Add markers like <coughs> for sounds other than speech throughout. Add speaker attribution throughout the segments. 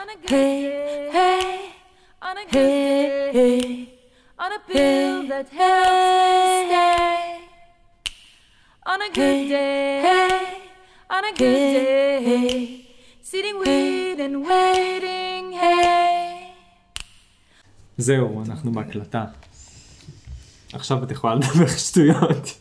Speaker 1: on a good
Speaker 2: Hey,
Speaker 1: day,
Speaker 2: hey,
Speaker 1: on a good day,
Speaker 2: hey, hey,
Speaker 1: on a bill
Speaker 2: hey,
Speaker 1: that
Speaker 2: hey,
Speaker 1: stay. On a good
Speaker 2: hey,
Speaker 1: day,
Speaker 2: hey,
Speaker 1: on a good
Speaker 2: hey,
Speaker 1: day,
Speaker 2: hey.
Speaker 1: sitting waiting and waiting, hey.
Speaker 3: זהו, אנחנו בהקלטה. עכשיו את יכולה לדבר שטויות.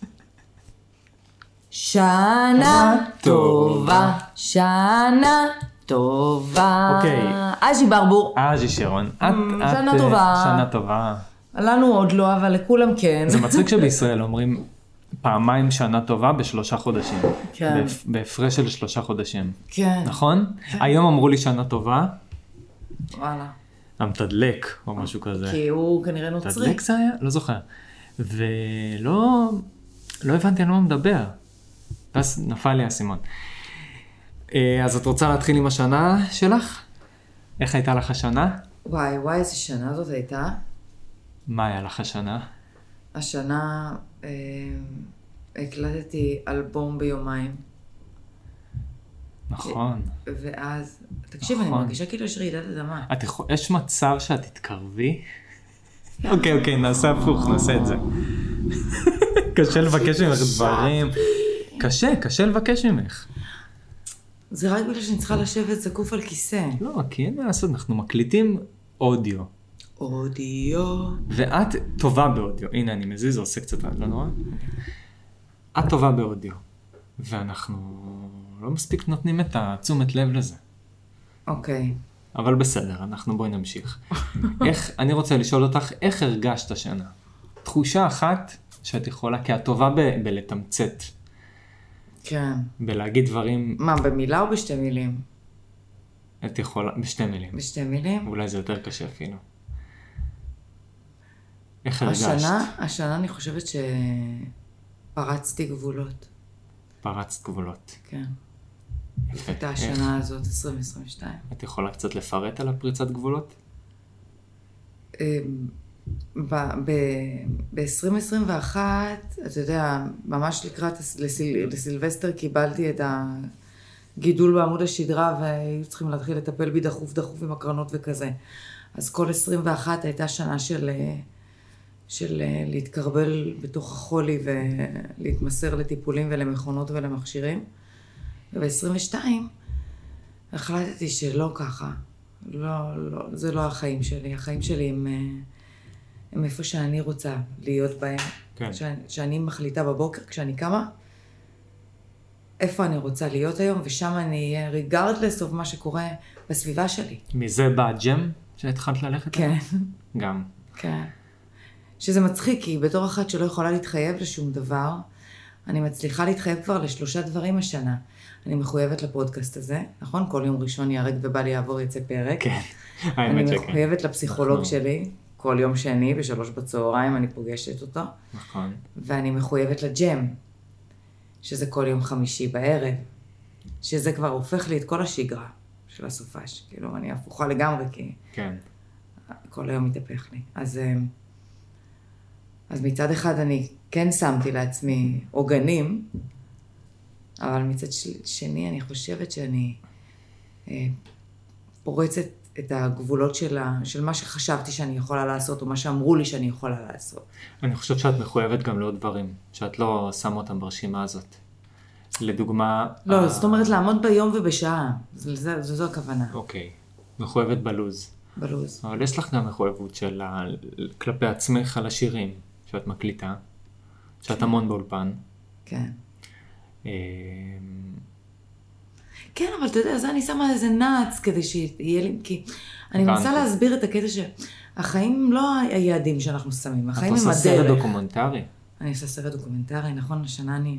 Speaker 2: שנה טובה, שנה טובה.
Speaker 3: אוקיי.
Speaker 2: אג'י ברבור.
Speaker 3: אג'י שרון, את, את...
Speaker 2: Mm, שנה
Speaker 3: אה,
Speaker 2: טובה.
Speaker 3: שנה טובה.
Speaker 2: לנו עוד לא, אבל לכולם כן.
Speaker 3: זה מצחיק שבישראל אומרים פעמיים שנה טובה בשלושה חודשים.
Speaker 2: כן.
Speaker 3: בהפ- בהפרש של שלושה חודשים.
Speaker 2: כן.
Speaker 3: נכון? היום אמרו לי שנה טובה,
Speaker 2: וואלה.
Speaker 3: המתדלק או משהו כזה.
Speaker 2: כי הוא כנראה נוצרי.
Speaker 3: תדליק זה היה? לא זוכר. ולא לא הבנתי על מה הוא מדבר. ואז נפל לי האסימון. אה, אז את רוצה להתחיל עם השנה שלך? איך הייתה לך השנה?
Speaker 2: וואי, וואי, איזה שנה זאת הייתה.
Speaker 3: מה היה לך השנה?
Speaker 2: השנה אה, הקלטתי אלבום ביומיים,
Speaker 3: נכון.
Speaker 2: ואז... תקשיב, אני
Speaker 3: נכון.
Speaker 2: מרגישה כאילו יש רעידת אדמה.
Speaker 3: את יכול... יש מצב שאת תתקרבי? אוקיי, אוקיי, נעשה הפוך, נעשה את זה. קשה לבקש ממך דברים. קשה, קשה לבקש ממך.
Speaker 2: זה רק בגלל שאני צריכה לשבת זקוף על כיסא.
Speaker 3: לא, כי אין מה לעשות, אנחנו מקליטים אודיו.
Speaker 2: אודיו.
Speaker 3: ואת טובה באודיו. הנה, אני מזיז, זה עושה קצת רעש, לא נורא. את טובה באודיו. ואנחנו לא מספיק נותנים את התשומת לב לזה.
Speaker 2: אוקיי.
Speaker 3: אבל בסדר, אנחנו בואי נמשיך.
Speaker 2: <laughs>
Speaker 3: איך, אני רוצה לשאול אותך, איך הרגשת השנה? תחושה אחת שאת יכולה, כי את טובה ב- בלתמצת,
Speaker 2: כן.
Speaker 3: בלהגיד דברים,
Speaker 2: מה, במילה או בשתי מילים?
Speaker 3: את יכולה, בשתי מילים.
Speaker 2: בשתי מילים?
Speaker 3: אולי זה יותר קשה אפילו. איך הרגשת?
Speaker 2: השנה, השנה אני חושבת שפרצתי גבולות.
Speaker 3: פרצת גבולות.
Speaker 2: כן.
Speaker 3: יפה.
Speaker 2: הייתה
Speaker 3: איך?
Speaker 2: השנה הזאת, 2022.
Speaker 3: את יכולה קצת לפרט על הפריצת גבולות?
Speaker 2: אמ, ב-2021, אתה יודע, ממש לקראת הס- לסיל- לסילבסטר קיבלתי את הגידול בעמוד השדרה והיו צריכים להתחיל לטפל בי דחוף דחוף עם הקרנות וכזה. אז כל 21 הייתה שנה של, אה, של אה, להתקרבל בתוך החולי ולהתמסר לטיפולים ולמכונות ולמכשירים. וב-22 החלטתי שלא ככה. לא, לא, זה לא החיים שלי. החיים שלי הם, אה, הם איפה שאני רוצה להיות בהם.
Speaker 3: כן.
Speaker 2: שאני, שאני מחליטה בבוקר, כשאני קמה, איפה אני רוצה להיות היום, ושם אני אהיה ריגרדלס of מה שקורה בסביבה שלי.
Speaker 3: מזה בא הג'ם שהתחלת ללכת?
Speaker 2: כן,
Speaker 3: גם.
Speaker 2: כן. שזה מצחיק, כי בתור אחת שלא יכולה להתחייב לשום דבר, אני מצליחה להתחייב כבר לשלושה דברים השנה. אני מחויבת לפודקאסט הזה, נכון? כל יום ראשון ייהרג ובל יעבור יצא פרק.
Speaker 3: כן.
Speaker 2: אני
Speaker 3: האמת שכן. נכון.
Speaker 2: מחויבת לפסיכולוג
Speaker 3: אנחנו-
Speaker 2: שלי, כל יום שני בשלוש בצהריים אני פוגשת אותו,
Speaker 3: נכון.
Speaker 2: ואני מחויבת לג'ם, שזה כל יום חמישי בערב, שזה כבר הופך לי את כל השגרה של הסופש. כאילו, אני הפוכה לגמרי, כי
Speaker 3: כן.
Speaker 2: כל היום מתהפך לי. אז, אמ, אז מצד אחד אני כן שמתי לעצמי עוגנים, אבל מצד של- שני אני חושבת שאני אה, פורצת את הגבולות של, ה, של מה שחשבתי שאני יכולה לעשות, או מה שאמרו לי שאני יכולה לעשות.
Speaker 3: אני חושב שאת מחויבת גם לעוד דברים, שאת לא שמה אותם ברשימה הזאת. לדוגמה...
Speaker 2: לא,
Speaker 3: ה-
Speaker 2: זאת אומרת לעמוד ביום ובשעה, זה- זה- זו זו הכוונה,
Speaker 3: אוקיי. מחויבת בלוז.
Speaker 2: בלו"ז.
Speaker 3: אבל יש לך גם מחויבות של ה... כלפי עצמך על השירים שאת מקליטה, שאת המון באולפן. אה,
Speaker 2: כן.
Speaker 3: אמ,
Speaker 2: כן, אבל אתה יודע, זה אני שמה איזה נעץ כדי שיהיה לי, כי אני
Speaker 3: הבנתי.
Speaker 2: מנסה להסביר את הקטע שהחיים הם לא היעדים שאנחנו שמים,
Speaker 3: את
Speaker 2: החיים הם
Speaker 3: עושה סרט
Speaker 2: הדרך.
Speaker 3: דוקומנטרי.
Speaker 2: אני עושה סרט דוקומנטרי, נכון, השנה אני,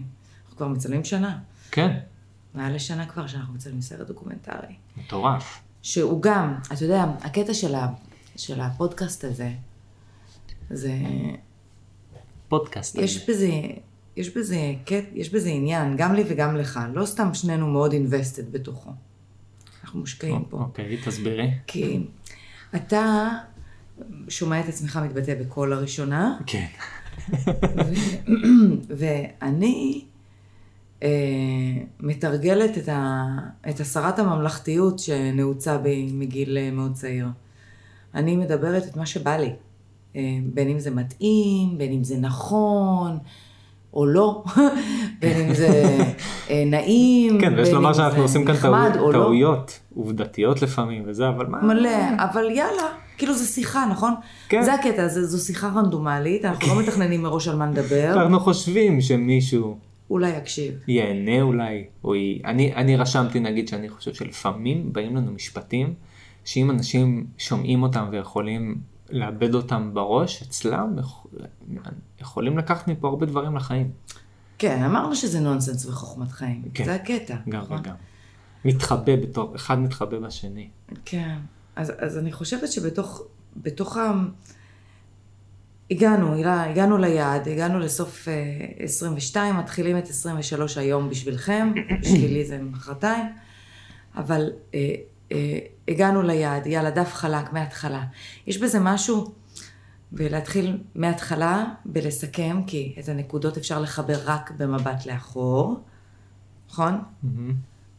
Speaker 2: אנחנו כבר מצלמים שנה.
Speaker 3: כן.
Speaker 2: מעל לשנה כבר שאנחנו מצלמים סרט דוקומנטרי.
Speaker 3: מטורף.
Speaker 2: שהוא גם, אתה יודע, הקטע של, ה, של הפודקאסט הזה, זה,
Speaker 3: פודקאסט.
Speaker 2: יש בזה, יש בזה, קט- יש בזה עניין, גם לי וגם לך, לא סתם שנינו מאוד invested בתוכו. אנחנו מושקעים פה.
Speaker 3: אוקיי, תסבירי.
Speaker 2: כי אתה שומע את עצמך מתבטא בקול לראשונה,
Speaker 3: כן.
Speaker 2: <clears throat> ואני אה, מתרגלת את, ה, את הסרת הממלכתיות שנעוצה בי מגיל אה, מאוד צעיר. אני מדברת את מה שבא לי, אה, בין אם זה מתאים, בין אם זה נכון, או לא, <laughs> בין אם זה
Speaker 3: <laughs>
Speaker 2: אה, נעים,
Speaker 3: כן, ויש
Speaker 2: בין
Speaker 3: לומר
Speaker 2: אם
Speaker 3: שאנחנו
Speaker 2: זה
Speaker 3: עושים כאן
Speaker 2: נחמד
Speaker 3: טעו-
Speaker 2: או לא.
Speaker 3: טעויות עובדתיות לפעמים וזה, אבל מה...
Speaker 2: מלא, אבל יאללה, כאילו זה שיחה, נכון?
Speaker 3: כן. אוקיי.
Speaker 2: זה הקטע, זה, זו שיחה רנדומלית, אנחנו לא מתכננים מראש על מה נדבר,
Speaker 3: אנחנו חושבים שמישהו
Speaker 2: אולי יקשיב.
Speaker 3: ייהנה אולי, או היא... אני, אני רשמתי נגיד שאני חושב שלפעמים באים לנו משפטים שאם אנשים שומעים אותם ויכולים לאבד אותם בראש, אצלם יכול... יכולים לקחת מפה הרבה דברים לחיים.
Speaker 2: כן, אמרנו שזה נונסנס וחוכמת חיים,
Speaker 3: כן.
Speaker 2: זה הקטע.
Speaker 3: גם
Speaker 2: נכון?
Speaker 3: וגם. מתחבא בתור, אחד מתחבא בשני.
Speaker 2: כן, אז, אז אני חושבת שבתוך, בתוך ה... הגענו, הילה, הגענו ליעד, הגענו לסוף אה, 22, מתחילים את 23 היום בשבילכם, בשבילי זה מחרתיים, אבל אה, אה, הגענו ליעד, יאללה, דף חלק, מההתחלה. יש בזה משהו בלהתחיל מההתחלה, בלסכם, כי את הנקודות אפשר לחבר רק במבט לאחור, נכון?
Speaker 3: מהמם.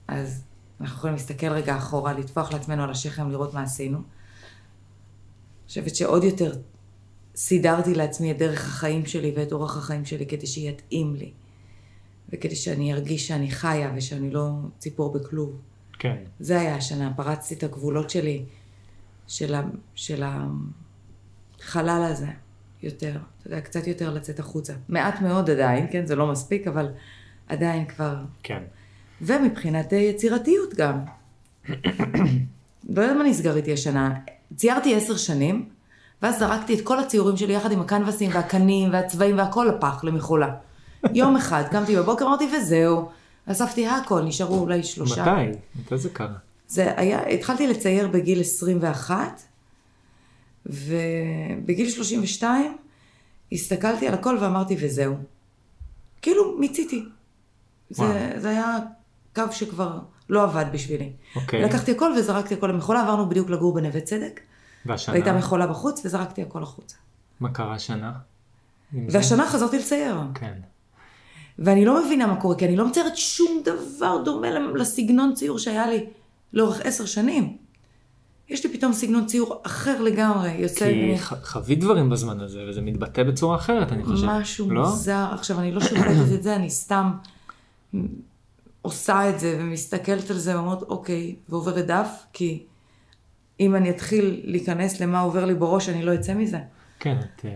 Speaker 2: אז אנחנו יכולים להסתכל רגע אחורה, לטפוח לעצמנו על השכם, לראות מה עשינו. אני חושבת שעוד יותר סידרתי לעצמי את דרך החיים שלי ואת אורח החיים שלי כדי שיתאים לי, וכדי שאני ארגיש שאני חיה ושאני לא ציפור בכלוב.
Speaker 3: כן.
Speaker 2: זה היה השנה, פרצתי את הגבולות שלי, של, ה, של החלל הזה, יותר. אתה יודע, קצת יותר לצאת החוצה. מעט מאוד עדיין, כן? זה לא מספיק, אבל עדיין כבר
Speaker 3: כן.
Speaker 2: ומבחינת אה, יצירתיות גם. לא יודעת מה נסגר איתי השנה. ציירתי עשר שנים, ואז זרקתי את כל הציורים שלי יחד עם הקנבסים והקנים והצבעים והכל לפח, למכולה. יום אחד קמתי בבוקר, אמרתי, וזהו. אספתי הכל, נשארו אולי שלושה.
Speaker 3: מתי? מתי זה קרה?
Speaker 2: זה היה, התחלתי לצייר בגיל 21, ובגיל 32 הסתכלתי על הכל ואמרתי, וזהו. כאילו, מיציתי. זה,
Speaker 3: וואו.
Speaker 2: זה היה קו שכבר לא עבד בשבילי.
Speaker 3: אוקיי.
Speaker 2: לקחתי הכל וזרקתי הכל למכולה, עברנו בדיוק לגור בנווה צדק,
Speaker 3: והשנה?
Speaker 2: והייתה מכולה בחוץ, וזרקתי הכל החוצה.
Speaker 3: מה קרה השנה? עם זה?
Speaker 2: והשנה חזרתי לצייר.
Speaker 3: כן.
Speaker 2: ואני לא מבינה מה קורה, כי אני לא מציירת שום דבר דומה לסגנון ציור שהיה לי לאורך עשר שנים. יש לי פתאום סגנון ציור אחר לגמרי, יוצא
Speaker 3: כי
Speaker 2: ממני
Speaker 3: ח- חווית דברים בזמן הזה, וזה מתבטא בצורה אחרת, אני חושב.
Speaker 2: משהו
Speaker 3: לא?
Speaker 2: מוזר. עכשיו, אני לא שופטת את זה, אני סתם עושה את זה ומסתכלת על זה ואומרת, אוקיי, ועוברת דף, כי אם אני אתחיל להיכנס למה עובר לי בראש, אני לא אצא מזה.
Speaker 3: כן, את... אה,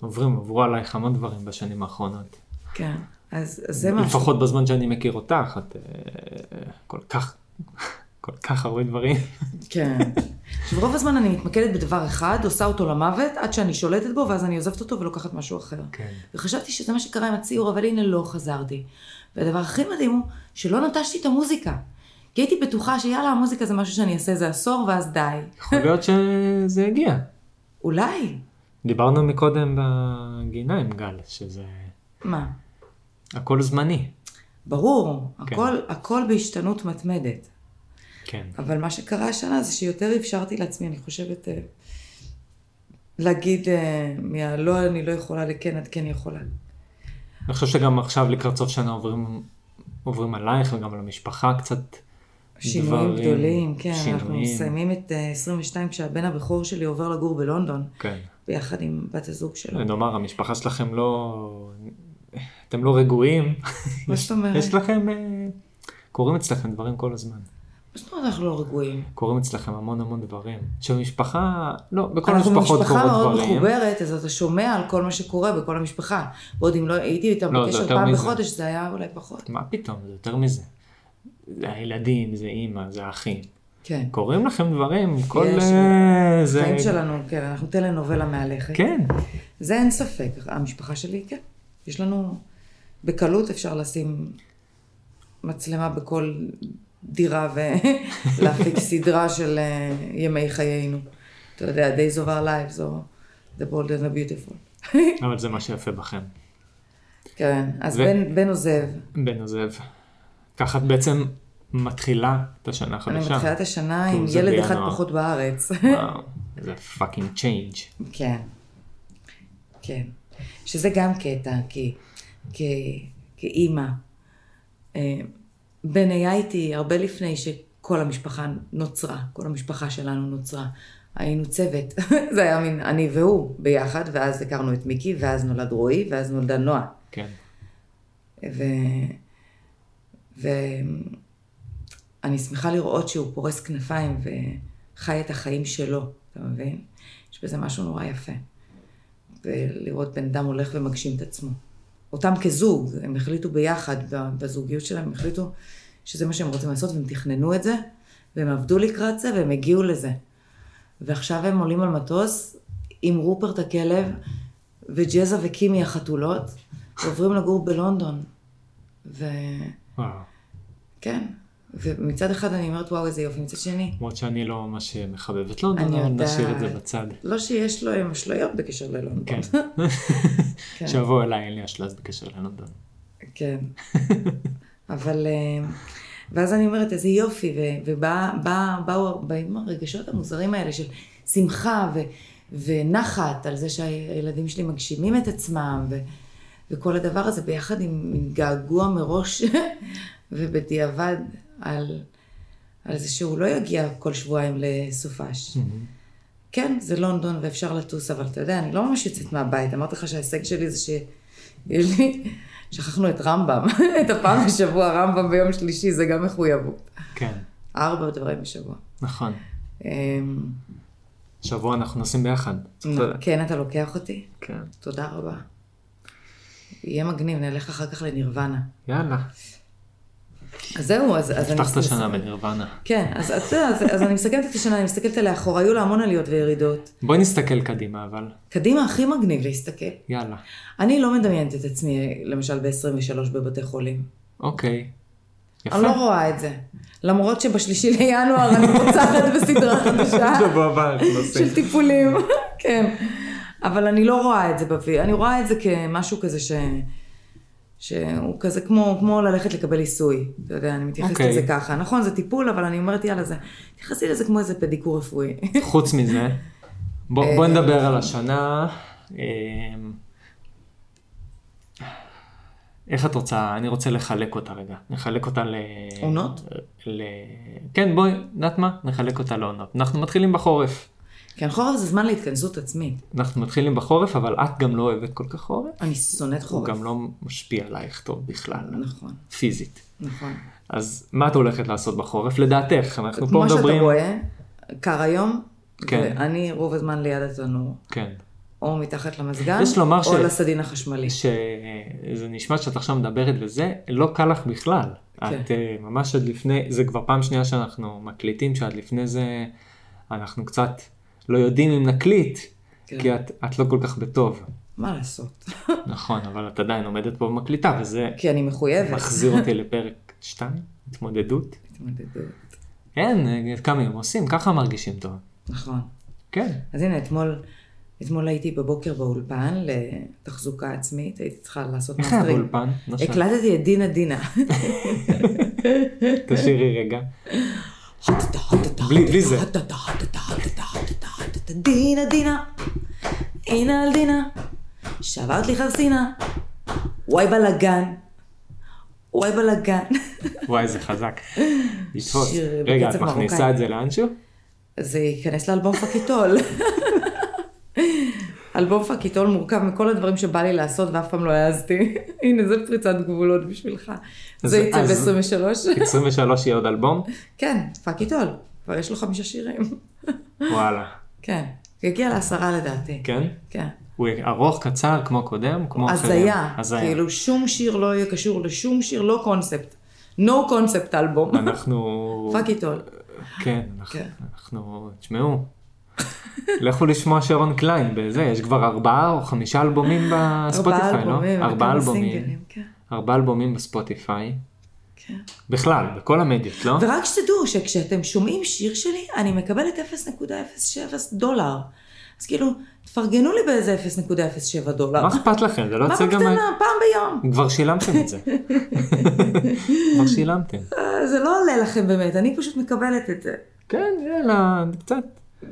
Speaker 3: עוברים, עברו עלייך המון דברים בשנים האחרונות.
Speaker 2: כן, אז, אז זה משהו.
Speaker 3: לפחות בזמן שאני מכיר אותך, את אה, כל כך, <laughs> כל כך הרבה דברים.
Speaker 2: כן. עכשיו, רוב הזמן אני מתמקדת בדבר אחד, עושה אותו למוות, עד שאני שולטת בו, ואז אני עוזבת אותו ולוקחת משהו אחר.
Speaker 3: כן.
Speaker 2: וחשבתי שזה מה שקרה עם הציור, אבל הנה לא חזרתי. והדבר הכי מדהים הוא שלא נטשתי את המוזיקה. כי הייתי בטוחה שיאללה, המוזיקה זה משהו שאני אעשה איזה עשור, ואז די.
Speaker 3: יכול להיות שזה יגיע.
Speaker 2: אולי.
Speaker 3: דיברנו מקודם בגינה עם גל, שזה
Speaker 2: מה?
Speaker 3: הכל זמני.
Speaker 2: ברור,
Speaker 3: כן.
Speaker 2: הכל, הכל בהשתנות מתמדת.
Speaker 3: כן.
Speaker 2: אבל מה שקרה השנה זה שיותר אפשרתי לעצמי, אני חושבת, אה, להגיד אה, מהלא אני לא יכולה לכן את כן יכולה.
Speaker 3: אני חושב שגם עכשיו לקראת סוף שנה עוברים, עוברים עלייך וגם על המשפחה קצת.
Speaker 2: שינויים
Speaker 3: דברים,
Speaker 2: גדולים, כן, שינויים. אנחנו
Speaker 3: שינויים.
Speaker 2: מסיימים את אה, 22 כשהבן הבכור שלי עובר לגור בלונדון,
Speaker 3: כן.
Speaker 2: ביחד עם בת הזוג שלו.
Speaker 3: נאמר, המשפחה שלכם לא... אתם לא רגועים.
Speaker 2: מה זאת אומרת?
Speaker 3: יש לכם... אה, קורים אצלכם דברים כל הזמן.
Speaker 2: מה זאת אומרת אנחנו לא רגועים?
Speaker 3: קורים אצלכם המון המון דברים. שבמשפחה... לא, בכל
Speaker 2: אנחנו
Speaker 3: המשפחות קורים דברים.
Speaker 2: משפחה מאוד מחוברת, אז אתה שומע על כל מה שקורה בכל המשפחה. ועוד אם לא הייתי איתם
Speaker 3: לא, זה
Speaker 2: בקשר
Speaker 3: יותר
Speaker 2: פעם
Speaker 3: מזה.
Speaker 2: בחודש, זה היה אולי פחות.
Speaker 3: מה פתאום, זה יותר מזה. זה הילדים, זה אימא, זה האחים.
Speaker 2: כן.
Speaker 3: קורים לכם דברים, כל...
Speaker 2: יש.
Speaker 3: אה, זה...
Speaker 2: החיים שלנו, כן, אנחנו טלנובלה מהלכת.
Speaker 3: כן,
Speaker 2: זה אין ספק, המשפחה שלי, כן. יש לנו, בקלות אפשר לשים מצלמה בכל דירה <laughs> ולהפיק סדרה של אה, ימי חיינו. אתה יודע, Days of our lives, או The Bold and the Beautiful. <laughs>
Speaker 3: אבל זה מה שיפה בכם.
Speaker 2: כן, אז
Speaker 3: ו-
Speaker 2: בן, בן עוזב.
Speaker 3: בן עוזב. ככה את בעצם מתחילה את השנה
Speaker 2: אני
Speaker 3: החדשה.
Speaker 2: מתחילה את השנה עם
Speaker 3: זה
Speaker 2: ילד אחד
Speaker 3: בינואר. <laughs>
Speaker 2: פחות בארץ.
Speaker 3: וואו, זה פאקינג צ'יינג'.
Speaker 2: כן. כן. שזה גם קטע, כי, כי, כאימא, אה, בן היה איתי הרבה לפני שכל המשפחה נוצרה, כל המשפחה שלנו נוצרה. היינו צוות, <laughs> זה היה מין אני והוא ביחד, ואז הכרנו את מיקי, ואז נולד רועי, ואז נולדה נועה.
Speaker 3: כן.
Speaker 2: ו... ואני שמחה לראות שהוא פורס כנפיים וחי את החיים שלו, אתה מבין? יש בזה משהו נורא יפה. ולראות בן אדם הולך ומגשים את עצמו. אותם כזוג, הם החליטו ביחד, ב- בזוגיות שלהם, הם החליטו שזה מה שהם רוצים לעשות, והם תכננו את זה, והם עבדו לקראת זה, והם הגיעו לזה. ועכשיו הם עולים על מטוס עם רופרט הכלב וג'זה וקימי החתולות, ועוברים לגור בלונדון. וכן,
Speaker 3: וואו.
Speaker 2: ומצד אחד אני אומרת, וואו, איזה יופי, מצד שני,
Speaker 3: למרות שאני לא ממש מחבבת לונדון,
Speaker 2: אני
Speaker 3: אבל
Speaker 2: יודעת.
Speaker 3: נשאיר את זה בצד.
Speaker 2: לא שיש להם אשליות בקשר ללונדון. <laughs>
Speaker 3: כן.
Speaker 2: כן.
Speaker 3: שיבוא אליי, אין לי אשלז בקשר ללונדון.
Speaker 2: כן. אבל... אה, ואז אני אומרת, איזה יופי, ו- ובאו בא, באו- באים הרגשות המוזרים האלה של שמחה ו, ונחת על זה שהילדים שלי מגשימים את עצמם, ו, וכל הדבר הזה ביחד עם עם געגוע מראש <laughs> ובדיעבד על, על זה שהוא לא יגיע כל שבועיים לסופש. כן, זה לונדון ואפשר לטוס, אבל אתה יודע, אני לא ממש יוצאת מהבית. אמרתי לך שההישג שלי זה שיש לי... שכחנו את רמב"ם, <laughs> את הפעם בשבוע רמב"ם ביום שלישי, זה גם מחויבות.
Speaker 3: כן,
Speaker 2: ארבע דברים בשבוע.
Speaker 3: נכון.
Speaker 2: אמ,
Speaker 3: שבוע אנחנו נוסעים ביחד.
Speaker 2: כן, אתה לוקח אותי?
Speaker 3: כן.
Speaker 2: תודה רבה. יהיה מגניב, נלך אחר כך לנירוונה.
Speaker 3: יאללה.
Speaker 2: אז זהו, אז, אז אני...
Speaker 3: נפתח את השנה בנירוונה.
Speaker 2: כן, אז, אתה יודע, אז, אז אני מסכמת את השנה, אני מסתכלת עליה אחורה, היו לה המון עליות וירידות.
Speaker 3: בואי נסתכל קדימה אבל.
Speaker 2: קדימה הכי מגניב להסתכל.
Speaker 3: יאללה.
Speaker 2: אני לא מדמיינת את עצמי, למשל, ב-23 בבתי חולים.
Speaker 3: אוקיי. יפה.
Speaker 2: אני לא רואה את זה. למרות שבשלישי לינואר אני פוצחת בסדרה חדשה
Speaker 3: <laughs> שבוע הבא אנחנו נוסעים.
Speaker 2: של טיפולים. כן. אבל אני לא רואה את זה בפי... אני רואה את זה כמשהו כזה ש... שהוא כזה כמו, כמו ללכת לקבל עיסוי. אתה יודע, אני מתייחסת
Speaker 3: אוקיי.
Speaker 2: לזה ככה. נכון, זה טיפול, אבל אני אומרת, יאללה, זה... תתייחסי לזה כמו איזה פדיקור רפואי. <laughs>
Speaker 3: חוץ מזה,
Speaker 2: אה,
Speaker 3: בוא, בוא נדבר על השנה. אמ, איך את רוצה, אני רוצה לחלק אותה רגע, נחלק אותה ל...
Speaker 2: עונות?
Speaker 3: ל... כן, בואי, יודעת מה? נחלק אותה לעונות. אנחנו מתחילים בחורף.
Speaker 2: כן, חורף זה זמן להתכנסות עצמית.
Speaker 3: אנחנו מתחילים בחורף, אבל את גם לא אוהבת כל כך חורף.
Speaker 2: אני שונאת
Speaker 3: הוא
Speaker 2: חורף.
Speaker 3: גם לא משפיע עלייך טוב בכלל,
Speaker 2: נכון,
Speaker 3: פיזית.
Speaker 2: נכון.
Speaker 3: אז מה את הולכת לעשות בחורף? לדעתך, אנחנו פה
Speaker 2: כמו שאתה
Speaker 3: מדברים...
Speaker 2: רואה, קר היום,
Speaker 3: כן.
Speaker 2: ואני רוב הזמן ליד התנור.
Speaker 3: כן.
Speaker 2: או מתחת למזגן,
Speaker 3: יש לומר
Speaker 2: או
Speaker 3: ש-
Speaker 2: לסדין החשמלי.
Speaker 3: שזה נשמע שאת עכשיו מדברת וזה, לא קל לך בכלל.
Speaker 2: כן.
Speaker 3: את אה, ממש עד לפני, זה כבר פעם שנייה שאנחנו מקליטים, שעד לפני זה אנחנו קצת לא יודעים אם נקליט,
Speaker 2: כן.
Speaker 3: כי את, את לא כל כך בטוב.
Speaker 2: מה לעשות? <laughs>
Speaker 3: נכון, אבל את עדיין עומדת פה ומקליטה, וזה
Speaker 2: כי אני מחויבת.
Speaker 3: מחזיר אותי לפרק 2, התמודדות.
Speaker 2: התמודדות.
Speaker 3: אין, אה, כמה הם עושים, ככה מרגישים טוב.
Speaker 2: נכון.
Speaker 3: כן,
Speaker 2: אז הנה, אתמול, אתמול הייתי בבוקר באולפן לתחזוקה עצמית, הייתי צריכה לעשות
Speaker 3: איך היה
Speaker 2: מאסטרים.
Speaker 3: באולפן? נשם.
Speaker 2: הקלטתי את דינה דינה.
Speaker 3: תשאירי רגע. בלי- בלי זה.
Speaker 2: דינה דינה, הנה על דינה, שברת לי חרסינה, וואי בלאגן, וואי בלאגן.
Speaker 3: וואי, זה חזק. לתפוס.
Speaker 2: שיר
Speaker 3: רגע, את
Speaker 2: בקצב
Speaker 3: מכניסה
Speaker 2: מרוקאי.
Speaker 3: את זה לאנשהו?
Speaker 2: זה ייכנס לאלבום פקיטול. <laughs> אלבום פקיטול מורכב מכל הדברים שבא לי לעשות ואף פעם לא העזתי. <laughs> הנה, זה פריצת גבולות בשבילך.
Speaker 3: אז-
Speaker 2: זה יצא
Speaker 3: אז- כן.
Speaker 2: ב-23.
Speaker 3: 23 יהיה עוד אלבום?
Speaker 2: כן, פקיטול. כבר יש לו חמישה שירים. <laughs>
Speaker 3: וואלה.
Speaker 2: כן. הוא יגיע לעשרה לדעתי.
Speaker 3: כן?
Speaker 2: כן.
Speaker 3: הוא יהיה ארוך, קצר, כמו קודם, כמו אחרים.
Speaker 2: הזיה.
Speaker 3: הזיה.
Speaker 2: כאילו, שום שיר לא יהיה קשור לשום שיר, לא קונספט. No concept אלבום.
Speaker 3: אנחנו...
Speaker 2: פקיטול.
Speaker 3: כן, אנחנו-
Speaker 2: כן.
Speaker 3: אנחנו... תשמעו. לכו לשמוע שרון קליין בזה, יש כבר ארבעה או חמישה אלבומים בספוטיפיי, לא?
Speaker 2: וכמה סינגלים, כן,
Speaker 3: ארבעה אלבומים בספוטיפיי.
Speaker 2: כן.
Speaker 3: בכלל, בכל המדיות, לא?
Speaker 2: ורק שתדעו שכשאתם שומעים שיר שלי, אני מקבלת 0.07 דולר. אז כאילו, תפרגנו לי באיזה 0.07 דולר.
Speaker 3: מה אכפת לכם? זה לא
Speaker 2: מה
Speaker 3: יוצא גם...
Speaker 2: בקטנה? פעם ביום.
Speaker 3: כבר שילמתם
Speaker 2: <laughs>
Speaker 3: את זה. כבר שילמתם.
Speaker 2: אה, זה לא עולה לכם באמת, אני פשוט מקבלת את זה.
Speaker 3: כן, יאללה, קצת.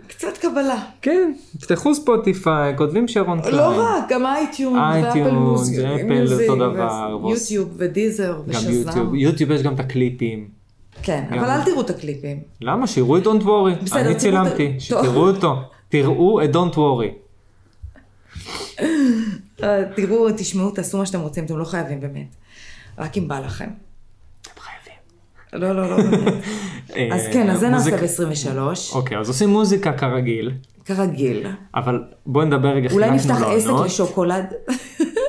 Speaker 2: קצת קבלה.
Speaker 3: כן, תפתחו ספוטיפיי, כותבים שרון קליין.
Speaker 2: לא רק, גם אייטיונס, ואפל
Speaker 3: כן. אייטיונס,
Speaker 2: מוזיק,
Speaker 3: ואפל
Speaker 2: מיוזיק,
Speaker 3: אותו
Speaker 2: ו-
Speaker 3: דבר, ו-
Speaker 2: יוטיוב ודיזר
Speaker 3: גם
Speaker 2: ושזלם.
Speaker 3: ביוטיוב. יוטיוב יש גם את הקליפים.
Speaker 2: כן,
Speaker 3: גם-
Speaker 2: אבל אל תראו את הקליפים.
Speaker 3: למה? שיראו את Don't Worry.
Speaker 2: בסדר,
Speaker 3: אני
Speaker 2: תראו
Speaker 3: צילמתי,
Speaker 2: את-
Speaker 3: שתראו אותו. תראו את Don't Worry.
Speaker 2: אה, תראו, תשמעו, תעשו מה שאתם רוצים, אתם לא חייבים באמת. רק אם בא לכם.
Speaker 3: אתם חייבים.
Speaker 2: לא, לא, לא
Speaker 3: <laughs>
Speaker 2: באמת. אז
Speaker 3: אה,
Speaker 2: כן, אז זה נעשה
Speaker 3: מוזיקה-
Speaker 2: ב-23,
Speaker 3: אוקיי, אז עושים מוזיקה כרגיל,
Speaker 2: כרגיל.
Speaker 3: אבל בוא נדבר רגע,
Speaker 2: אולי
Speaker 3: חילקנו
Speaker 2: נפתח עסק
Speaker 3: לעונות.
Speaker 2: לשוקולד.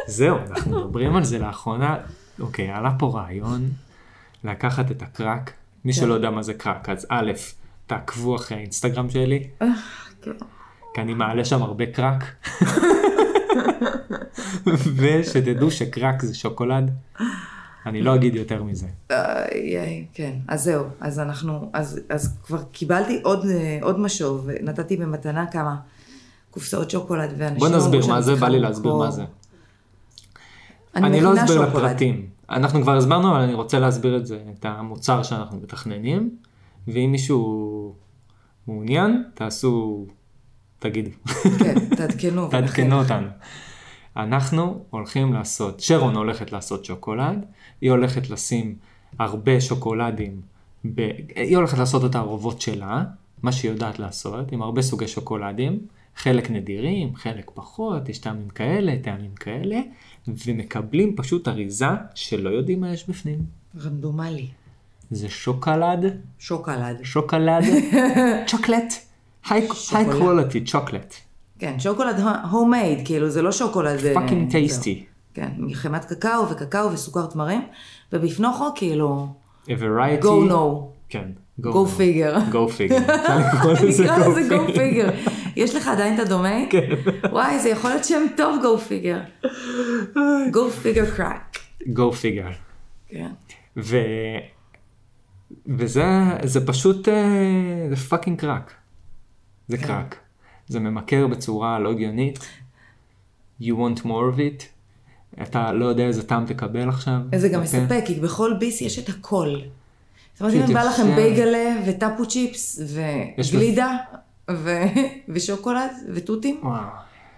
Speaker 3: זהו, אנחנו מדברים על זה לאחרונה. אוקיי, עלה פה רעיון לקחת את הקרק. מי שלא יודע מה זה קרק, אז א', תעקבו אחרי האינסטגרם שלי,
Speaker 2: אה, כן.
Speaker 3: כי אני מעלה שם הרבה קרק. ושתדעו שקרק זה שוקולד. אני לא אגיד יותר מזה.
Speaker 2: איי, איי, כן, אז זהו, אז אנחנו, אז, אז כבר קיבלתי עוד, אה, עוד משוב, נתתי במתנה כמה קופסאות שוקולד, ואנשים...
Speaker 3: בוא
Speaker 2: אמרו
Speaker 3: נסביר
Speaker 2: שאני
Speaker 3: מה זה,
Speaker 2: צריכה
Speaker 3: בא לי להסביר
Speaker 2: למכור.
Speaker 3: מה זה.
Speaker 2: אני,
Speaker 3: אני לא
Speaker 2: מכינה
Speaker 3: אסביר
Speaker 2: שוקולד.
Speaker 3: לפרטים. אנחנו כבר הסברנו, אבל אני רוצה להסביר את זה, את המוצר שאנחנו מתכננים, ואם מישהו מעוניין, תעשו, תגידו, <laughs>
Speaker 2: כן, תעדכנו.
Speaker 3: תעדכנו
Speaker 2: ולכן-
Speaker 3: אותנו. אנחנו הולכים לעשות, שרון הולכת לעשות שוקולד, היא הולכת לשים הרבה שוקולדים, ב... היא הולכת לעשות את הערובות שלה, מה שהיא יודעת לעשות, עם הרבה סוגי שוקולדים, חלק נדירים, חלק פחות, יש טעמים כאלה, טעמים כאלה, ומקבלים פשוט אריזה שלא יודעים מה יש בפנים.
Speaker 2: רנדומלי,
Speaker 3: זה שוקולד,
Speaker 2: שוקולד. <laughs>
Speaker 3: שוקולד, צ'וקלט, היי
Speaker 2: שוקולד.
Speaker 3: קוולטי, צ'וקלט,
Speaker 2: כן, שוקולד הומייד, כאילו, זה לא שוקולד... אה,
Speaker 3: פאקינג
Speaker 2: זהו.
Speaker 3: טייסטי.
Speaker 2: כן, מחמת קקאו וקקאו וסוכר תמרים, ובפנוכו כאילו,
Speaker 3: A variety.
Speaker 2: go no,
Speaker 3: כן.
Speaker 2: go figure.
Speaker 3: go figure.
Speaker 2: <laughs>
Speaker 3: אפשר לקרוא לזה
Speaker 2: נקרא לזה
Speaker 3: go
Speaker 2: go
Speaker 3: figure.
Speaker 2: figure. יש לך עדיין את הדומיין?
Speaker 3: כן.
Speaker 2: וואי, זה יכול להיות שם טוב, go figure. go figure crack.
Speaker 3: go figure.
Speaker 2: כן.
Speaker 3: ו... וזה זה פשוט, אה, זה פאקינג קרק. זה
Speaker 2: כן.
Speaker 3: קרק. זה ממכר בצורה לא הגיונית. You want more of it. אתה לא יודע איזה טעם תקבל עכשיו.
Speaker 2: וזה גם
Speaker 3: אוקיי?
Speaker 2: מספק, כי בכל ביס יש את הכל. זאת אומרת, אם
Speaker 3: פשוט
Speaker 2: בא לכם
Speaker 3: אפשר.
Speaker 2: בייגלה וטאפו צ'יפס
Speaker 3: כן. יש
Speaker 2: וגלידה ו- ושוקולד ותותים,
Speaker 3: וואו,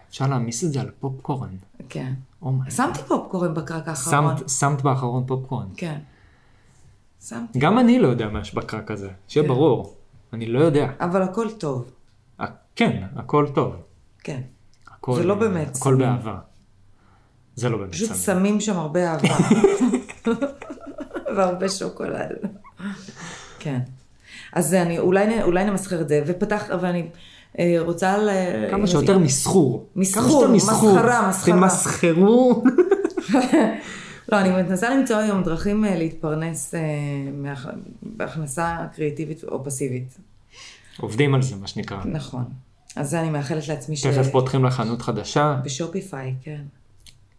Speaker 3: אפשר להעמיס את זה על פופקורן. Oh
Speaker 2: כן.
Speaker 3: אומייג.
Speaker 2: שמתי פופקורן בקרק האחרון.
Speaker 3: שמת באחרון פופקורן.
Speaker 2: כן. שמתי.
Speaker 3: גם אני לא יודע מה יש בקרק הזה, שיהיה
Speaker 2: כן.
Speaker 3: ברור. אני לא יודע.
Speaker 2: אבל הכל טוב.
Speaker 3: ה- כן, הכל טוב.
Speaker 2: כן.
Speaker 3: הכל,
Speaker 2: זה לא באמת
Speaker 3: הכל
Speaker 2: סמים.
Speaker 3: באהבה. זה לא באמת
Speaker 2: פשוט
Speaker 3: סמים.
Speaker 2: שמים שם הרבה
Speaker 3: <laughs>
Speaker 2: אהבה. והרבה שוקולד. כן. אז זה, אני אולי, נ- אולי נמסחר את זה, ופתח, אבל אני אה, רוצה ל...
Speaker 3: כמה שיותר מסחור.
Speaker 2: מסחור,
Speaker 3: כמה שיותר מסחור.
Speaker 2: מסחרה, מסחרה. <laughs>
Speaker 3: תמסחרו.
Speaker 2: לא, אני מנסה למצוא היום דרכים אה, להתפרנס אה, מהכ... בהכנסה קריאיטיבית או פסיבית.
Speaker 3: עובדים על זה, מה שנקרא.
Speaker 2: נכון. אז זה אני מאחלת לעצמי ש...
Speaker 3: תכף פותחים לך חנות חדשה.
Speaker 2: בשופיפיי, כן.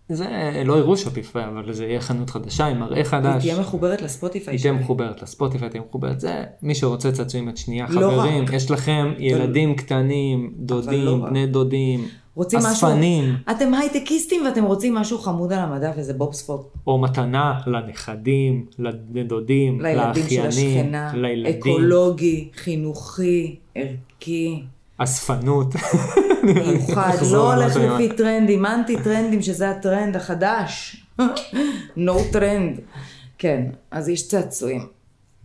Speaker 3: זה, לא יראו שופיפיי, אבל זה יהיה חנות חדשה עם מראה
Speaker 2: היא
Speaker 3: חדש.
Speaker 2: תהיה מחוברת לספוטיפיי.
Speaker 3: היא תהיה
Speaker 2: שלי.
Speaker 3: מחוברת לספוטיפיי, תהיה מחוברת זה. מי שרוצה צעצועים את שנייה,
Speaker 2: לא
Speaker 3: חברים,
Speaker 2: רק. לא
Speaker 3: יש לכם ילדים קטנים, דודים,
Speaker 2: רק.
Speaker 3: בני דודים,
Speaker 2: רוצים משהו...
Speaker 3: אספנים,
Speaker 2: אתם הייטקיסטים ואתם רוצים משהו חמוד על המדף, איזה בובספוט
Speaker 3: או מתנה לנכדים, לבני דודים,
Speaker 2: לילדים של
Speaker 3: לאחיינים,
Speaker 2: השכנה,
Speaker 3: לילדים,
Speaker 2: אקולוגי, חינוכי,
Speaker 3: <laughs>
Speaker 2: ערכי,
Speaker 3: אספנות. <laughs>
Speaker 2: מיוחד,
Speaker 3: נחזור
Speaker 2: לא
Speaker 3: על
Speaker 2: הולך
Speaker 3: אותו יום.
Speaker 2: לפי טרנדים, אנטי טרנדים שזה הטרנד החדש, <laughs> no טרנד. כן, אז יש צעצועים.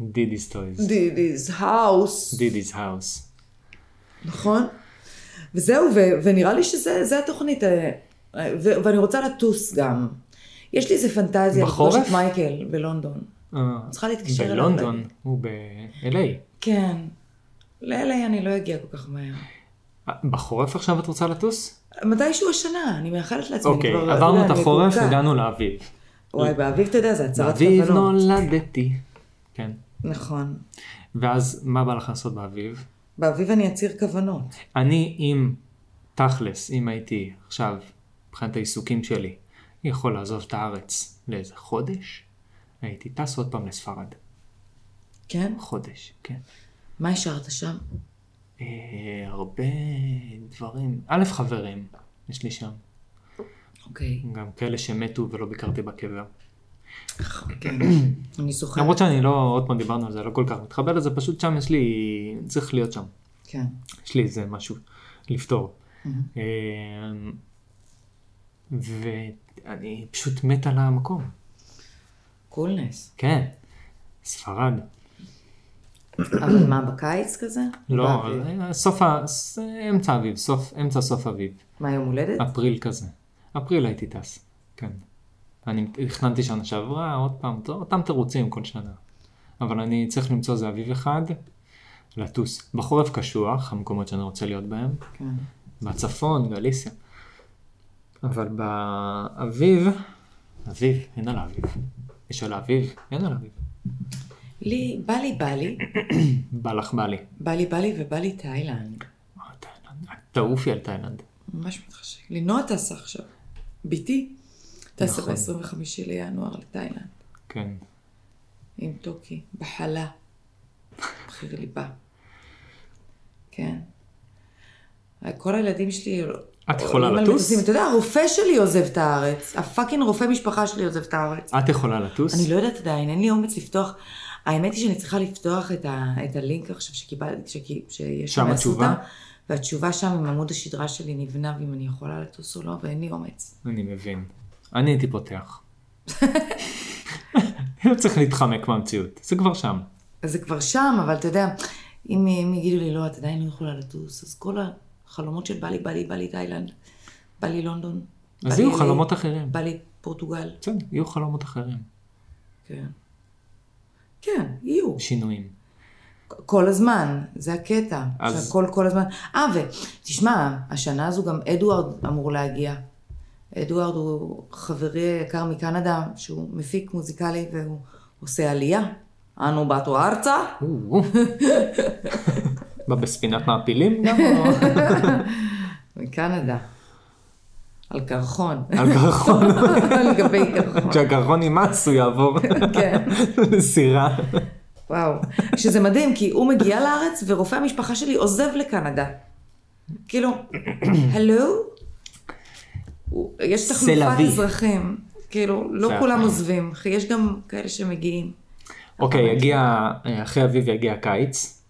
Speaker 3: דידי's toys,
Speaker 2: דידי's house,
Speaker 3: דידי's house.
Speaker 2: נכון? וזהו, ו- ונראה לי שזה זה התוכנית, אה, אה, ו- ואני רוצה לטוס גם. יש לי איזה פנטזיה לפגוש
Speaker 3: בחורף?
Speaker 2: את מייקל בלונדון.
Speaker 3: אה,
Speaker 2: צריכה להתקשר אליו.
Speaker 3: בלונדון, הוא ב-LA.
Speaker 2: כן. ל-LA אני לא אגיע כל כך מהר.
Speaker 3: אה, בחורף עכשיו את רוצה לטוס?
Speaker 2: מתישהו השנה, אני מאחלת לעצמי.
Speaker 3: אוקיי,
Speaker 2: אני כבר-
Speaker 3: עברנו
Speaker 2: יודע,
Speaker 3: את
Speaker 2: אני
Speaker 3: החורף,
Speaker 2: מקורקעת.
Speaker 3: הגענו לאביב.
Speaker 2: וואי, באביב, אתה יודע, זה הצהרת
Speaker 3: באביב לא
Speaker 2: כוונות.
Speaker 3: נולדתי. כן.
Speaker 2: נכון.
Speaker 3: ואז מה בא לך לעשות באביב?
Speaker 2: באביב אני אצהיר כוונות.
Speaker 3: אני אם, תכלס, אם הייתי עכשיו, מבחינת העיסוקים שלי, יכול לעזוב את הארץ לאיזה חודש, הייתי טס עוד פעם לספרד.
Speaker 2: כן?
Speaker 3: חודש, כן.
Speaker 2: מה השארת שם?
Speaker 3: אה, הרבה דברים. א', חברים, יש לי שם.
Speaker 2: אוקיי.
Speaker 3: גם כאלה שמתו ולא ביקרתי בקבר.
Speaker 2: כן. אני זוכרת.
Speaker 3: למרות שאני לא, עוד פעם דיברנו על זה, לא כל כך מתחבר לזה, פשוט שם יש לי, צריך להיות שם.
Speaker 2: כן.
Speaker 3: יש לי איזה משהו לפתור.
Speaker 2: מהמם.
Speaker 3: אמ, ואני פשוט מת על המקום.
Speaker 2: קולנס.
Speaker 3: כן, ספרד.
Speaker 2: אבל מה, בקיץ כזה?
Speaker 3: לא,
Speaker 2: באביב.
Speaker 3: אה, סוף ה... ס- אמצע אביב, סוף, אמצע סוף אביב.
Speaker 2: מה, יום הולדת?
Speaker 3: אפריל כזה. אפריל הייתי טס, כן. אני תכננתי שנה שעברה, עוד פעם, ת- אותם תירוצים כל שנה. אבל אני צריך למצוא איזה אביב אחד, לטוס. בחורף קשוח, המקומות שאני רוצה להיות בהם.
Speaker 2: כן.
Speaker 3: בצפון, גליסיה. אבל באביב, אביב, אין על האביב. יש על האביב, אין על האביב.
Speaker 2: לי, בא לי, בא לי,
Speaker 3: בא לך, בא לי.
Speaker 2: בא לי, בא לי ובא לי תאילנד.
Speaker 3: אה, תאילנד. תעופי על תאילנד.
Speaker 2: ממש מתחשק. לי. נועה טסה עכשיו. בתי טסה
Speaker 3: נכון.
Speaker 2: ב-25 לינואר לתאילנד.
Speaker 3: כן.
Speaker 2: עם טוקי, בחלה. בחיר ליבה. כן. כל הילדים שלי...
Speaker 3: את יכולה
Speaker 2: עולים על
Speaker 3: לטוס?
Speaker 2: מטוסים. אתה יודע, הרופא שלי עוזב את הארץ. הפאקינג רופא משפחה שלי עוזב את הארץ.
Speaker 3: את יכולה לטוס?
Speaker 2: אני לא יודעת עדיין, אין לי אומץ לפתוח. האמת היא שאני צריכה לפתוח את, ה, את הלינק עכשיו שקיבלתי, שכי- שיש
Speaker 3: שם
Speaker 2: לי
Speaker 3: התשובה?
Speaker 2: מהסוטה, והתשובה שם עם עמוד השדרה שלי נבנה ואם אני יכולה לטוס או לא, ואין לי אומץ.
Speaker 3: אני מבין. אני הייתי
Speaker 2: <laughs>
Speaker 3: פותח. לא צריך להתחמק מהמציאות, זה כבר שם.
Speaker 2: אז זה כבר שם, אבל אתה יודע, אם, אם יגידו לי, לא, את עדיין לא יכולה לטוס, אז כל החלומות של בא לי, בא לי, בא לי תאילנד, בא לי לונדון. בא
Speaker 3: אז
Speaker 2: לי
Speaker 3: יהיו
Speaker 2: LA,
Speaker 3: חלומות אחרים.
Speaker 2: בא לי פורטוגל.
Speaker 3: בסדר, יהיו חלומות אחרים.
Speaker 2: כן. כן, יהיו.
Speaker 3: שינויים.
Speaker 2: כל הזמן, זה הקטע,
Speaker 3: אז-
Speaker 2: אז... שהכל כל הזמן. אה, ותשמע, השנה הזו גם אדוארד אמור להגיע. אדוארד הוא חברי יקר מקנדה, שהוא מפיק מוזיקלי והוא עושה עלייה. אנו באתו ארצה.
Speaker 3: או. <laughs> מה, בספינת מעפילים גם? או-
Speaker 2: מקנדה. על קרחון.
Speaker 3: על קרחון.
Speaker 2: <laughs> על גבי קרחון.
Speaker 3: כשהקרחון יימס הוא יעבור
Speaker 2: כן.
Speaker 3: <laughs> לסירה.
Speaker 2: וואו. שזה מדהים, כי הוא מגיע לארץ ורופא המשפחה שלי עוזב לקנדה. כאילו, <clears throat> הלו? הוא- יש תחלופת
Speaker 3: סלווי.
Speaker 2: אזרחים. כאילו, לא
Speaker 3: זה
Speaker 2: כולם
Speaker 3: החיים.
Speaker 2: עוזבים, אחי, יש גם כאלה שמגיעים.
Speaker 3: אוקיי, יגיע, אה, אחרי אביב יגיע הקיץ.